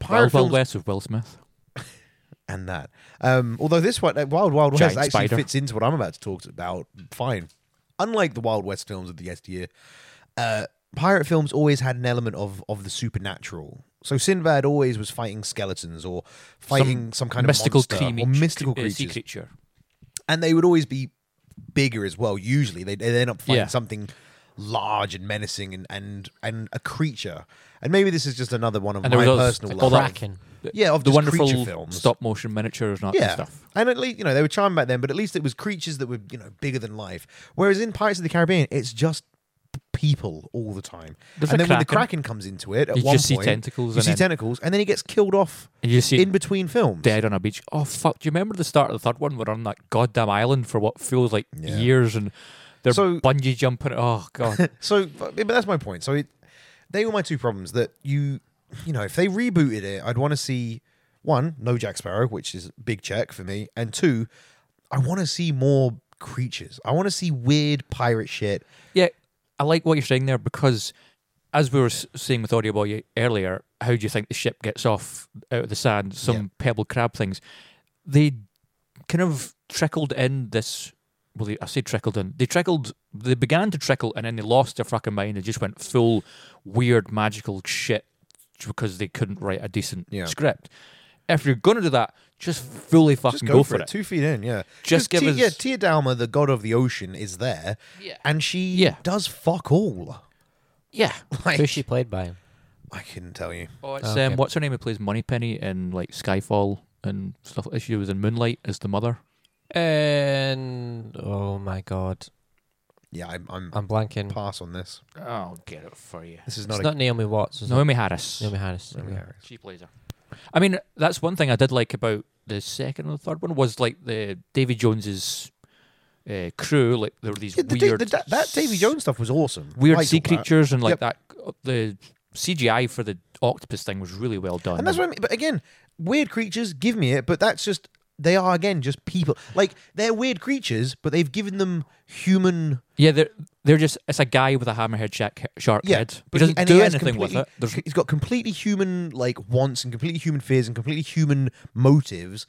pirate Wild Wild films West with Will Smith. and that. Um, although this one, uh, Wild Wild West, Giant actually spider. fits into what I'm about to talk about fine. Unlike the Wild West films of the yesteryear, uh, pirate films always had an element of of the supernatural. So Sinbad always was fighting skeletons or fighting some, kind mystical of monster creamy- or mystical uh, sea creatures, creature. and they would always be bigger as well. Usually, they they end up fighting Yeah. something large and menacing and and and a creature. And maybe this is just another one of And there my was all this- personal all love. that- Kraken. yeah, of The just wonderful creature films stop motion miniatures and all that yeah. stuff. And at least you know they were charming back then, but at least it was creatures that were you know bigger than life. Whereas in Pirates of the Caribbean, it's just p- people all the time. There's and a then when the Kraken Kraken. comes into it, at You one just see point, tentacles you and see then- tentacles, and then he gets killed off And you see in between films. dead on a beach. Oh fuck! Do you remember the start of the third one? We're on that goddamn island for what feels like Yeah. years, and they're So- bungee jumping. Oh god. So, but but that's my point. So it, they were my two problems. That you, you know, if they rebooted it, I'd want to see one, no Jack Sparrow, which is a big check for me, and two, I want to see more creatures. I want to see weird pirate shit. Yeah, I like what you're saying there because, as we were s- saying with Audio Boy earlier, how do you think the ship gets off out of the sand? Some pebble crab things. They kind of trickled in this. Well, they, I say trickled in. They trickled. They began to trickle, and then they lost their fucking mind. They just went full weird magical shit because they couldn't write a decent Yeah. script. If you're gonna do that, just fully fucking Just go, for it. Two feet in, yeah. Just 'Cause give T- Yeah, us- Tia Dalma, the god of the ocean, is there. Yeah. And she Yeah. does fuck all. Yeah. Like, Who's she played by? I couldn't tell you. Oh, it's Okay. um, what's her name who plays Moneypenny in like Skyfall and stuff. like- She was in Moonlight as the mother. And oh my god, Yeah, I'm, I'm, Um, I'm blanking. pass on this. I'll get it for you. This is not it's a not Naomi Watts. Is Naomi Harris. it? Naomi Harris. Naomi yeah. Harris. She plays her. I mean, that's one thing I did like about the second and the third one was like the Davy Jones's uh, crew. Like there were these Yeah, the, da- weird, the da- that Davy Jones stuff was awesome. weird Liked sea all that. creatures and Yep. like that. uh, The CGI for the octopus thing was really well done. And that's what I mean. But again, weird creatures, give me it. But that's just, they are, again, just people. Like, they're weird creatures, but they've given them human. yeah, they're they're just it's a guy with a hammerhead shark, shark Yeah, head. He but doesn't and do has anything with completely- it. There's he's got completely human like wants and completely human fears and completely human motives,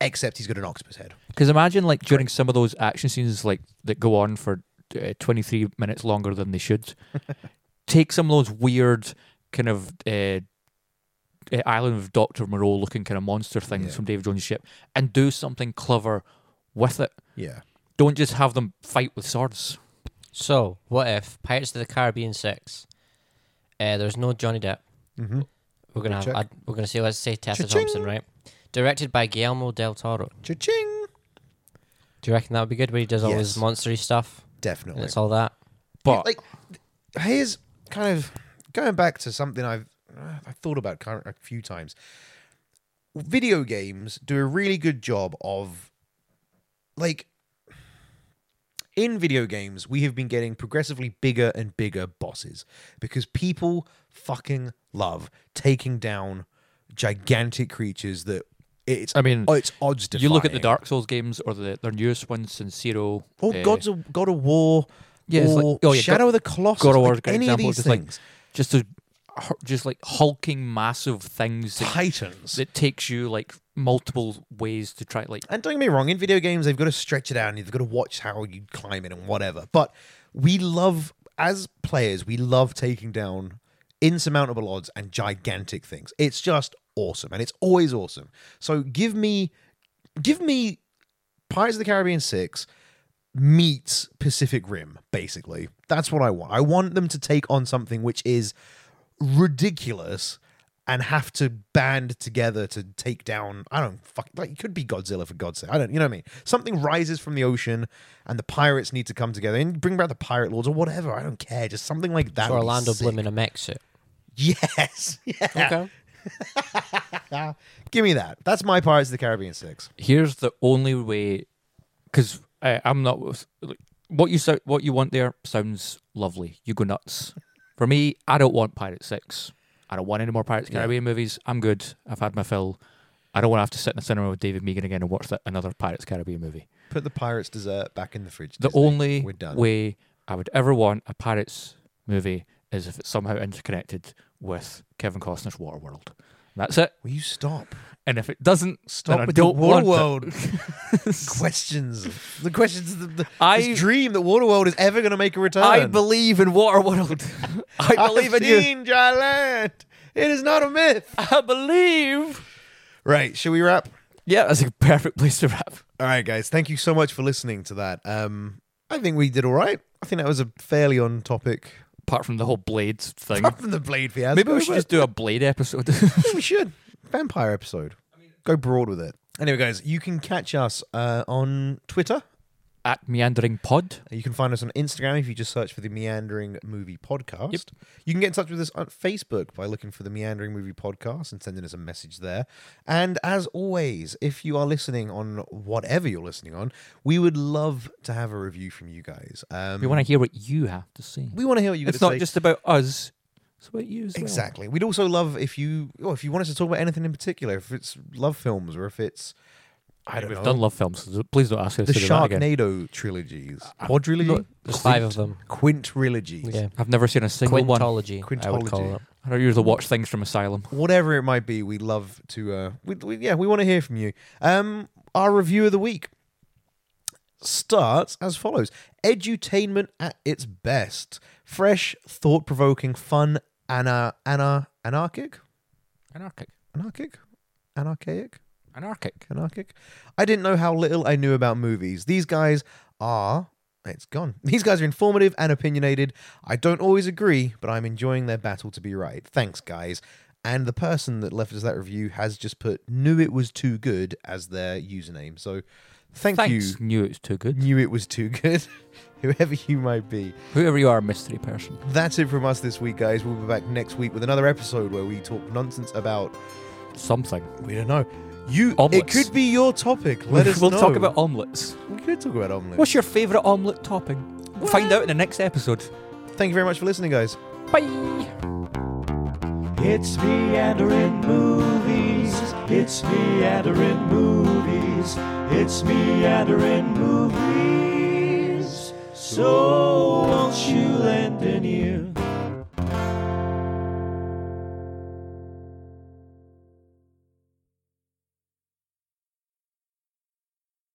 except he's got an octopus head. Because imagine like during some of those action scenes like that go on for uh, 23 minutes longer than they should. Take some of those weird kind of uh, uh, Island of Doctor Moreau looking kind of monster things Yeah. from David Jones' ship and do something clever with it. Yeah. Don't just have them fight with swords. So, Mm-hmm. what if Pirates of the Caribbean 6, uh, there's no Johnny Depp, We're gonna have, Check. I, we're gonna say let's say Tessa Cha-ching. Thompson, right? Directed by Guillermo del Toro. Cha-ching. Do you reckon that would be good? Where he does all his Yes. monstery stuff and Definitely. it's all that. But like here's kind of going back to something I've I've thought about kind of a few times. Video games do a really good job of like in video games we have been getting progressively bigger and bigger bosses because people fucking love taking down gigantic creatures that it's I mean, oh, it's odds you look at the defying. Dark Souls games or the their newest ones, Sincero. or uh, Oh, God's of, God of War Yeah, it's like- or oh, yeah, Shadow God- of the Colossus God of War is a like great any example, of these just like- things just a, hu- just like hulking massive things that, titans that takes you like multiple ways to try like And don't get me wrong, in video games, they've got to stretch it out and they've got to watch how you climb it and whatever. But we love, as players, we love taking down insurmountable odds and gigantic things. It's just awesome and it's always awesome. So give me, give me Pirates of the Caribbean 6 meets Pacific Rim, basically. That's what I want. I want them to take on something which is ridiculous and have to band together to take down I don't fuck like it could be Godzilla for God's sake. I don't you know what I mean? Something rises from the ocean and the pirates need to come together and bring back the pirate lords or whatever. I don't care. Just something like that. So would be Orlando sick. Bloom in a mech suit. Yes. Yeah. Okay. Give me that. That's my Pirates of the Caribbean 6. here's the only way because i'm not like, what you sou- what you want there sounds lovely you go nuts for me i don't want pirate six i don't want any more pirates of the Yeah. caribbean movies i'm good i've had my fill i don't want to have to sit in a cinema with david megan again and watch that, another pirates of the caribbean movie Put the pirates dessert back in the fridge. the Disney. only We're done. way i would ever want a pirates movie is if it's somehow interconnected with kevin costner's waterworld that's it Will you stop? and if it doesn't Stop then I with don't the want it. Waterworld questions. The questions. The, the, I- this dream that Waterworld is ever going to make a return. Ah, I believe in Waterworld. I believe I've in you. seen dry land. It is not a myth. I believe. Right. Should we wrap? Yeah, that's a perfect place to wrap. All right, guys. Thank you so much for listening to that. Um, I think we did all right. I think that was a fairly on topic. Apart from the whole blades thing, Apart from the blade fiasco, maybe we should but- just do a blade episode. Yeah, we should. Vampire episode. Go broad with it. Anyway, guys, you can catch us uh, on Twitter At meandering pod. You can find us on Instagram if you just search for the Meandering Movie Podcast. You can get in touch with us on Facebook by looking for the Meandering Movie Podcast and sending us a message there. And as always, if you are listening on whatever you're listening on, we would love to have a review from you guys. Um, We want to hear what you have to say. we want to hear what you guys it's not say. just about us. It's about you as well. Exactly. We'd also love if you, or if you want us to talk about anything in particular, if it's love films or if it's, I don't We've know, done love films. so Please don't ask us the to do that again. Uh, Sharknado trilogies, quadrilogy, no, There's five of them. quintrilogy, Yeah. I've never seen a single one. Quintology. I would Quintology. call it. I don't usually watch things from Asylum. whatever it might be, we love to. Uh, we, we, yeah, we want to hear from you. Um, our review of the week starts as follows: edutainment at its best, fresh, thought-provoking, fun, ana, ana, anarchic, Anarchic. anarchic, anarchaic, Anarchic. anarchic. I didn't know how little I knew about movies. These guys are. It's gone. These guys are informative and opinionated. I don't always agree, but I'm enjoying their battle to be right. Thanks, guys. And the person that left us that review has just put knew it was too good as their username. So thank Thanks. you. Knew it was too good. Knew it was too good, whoever you might be. Whoever you are, mystery person. That's it from us this week, guys. We'll be back next week with another episode where we talk nonsense about Something. we don't know. You Omelets. it could be your topic. Let us we'll know. talk about omelets. we could talk about omelets. What's your favourite omelette topping? Find out in the next episode. Thank you very much for listening, guys. Bye. It's meandering movies. It's meandering movies. It's meandering movies. So won't you lend an ear?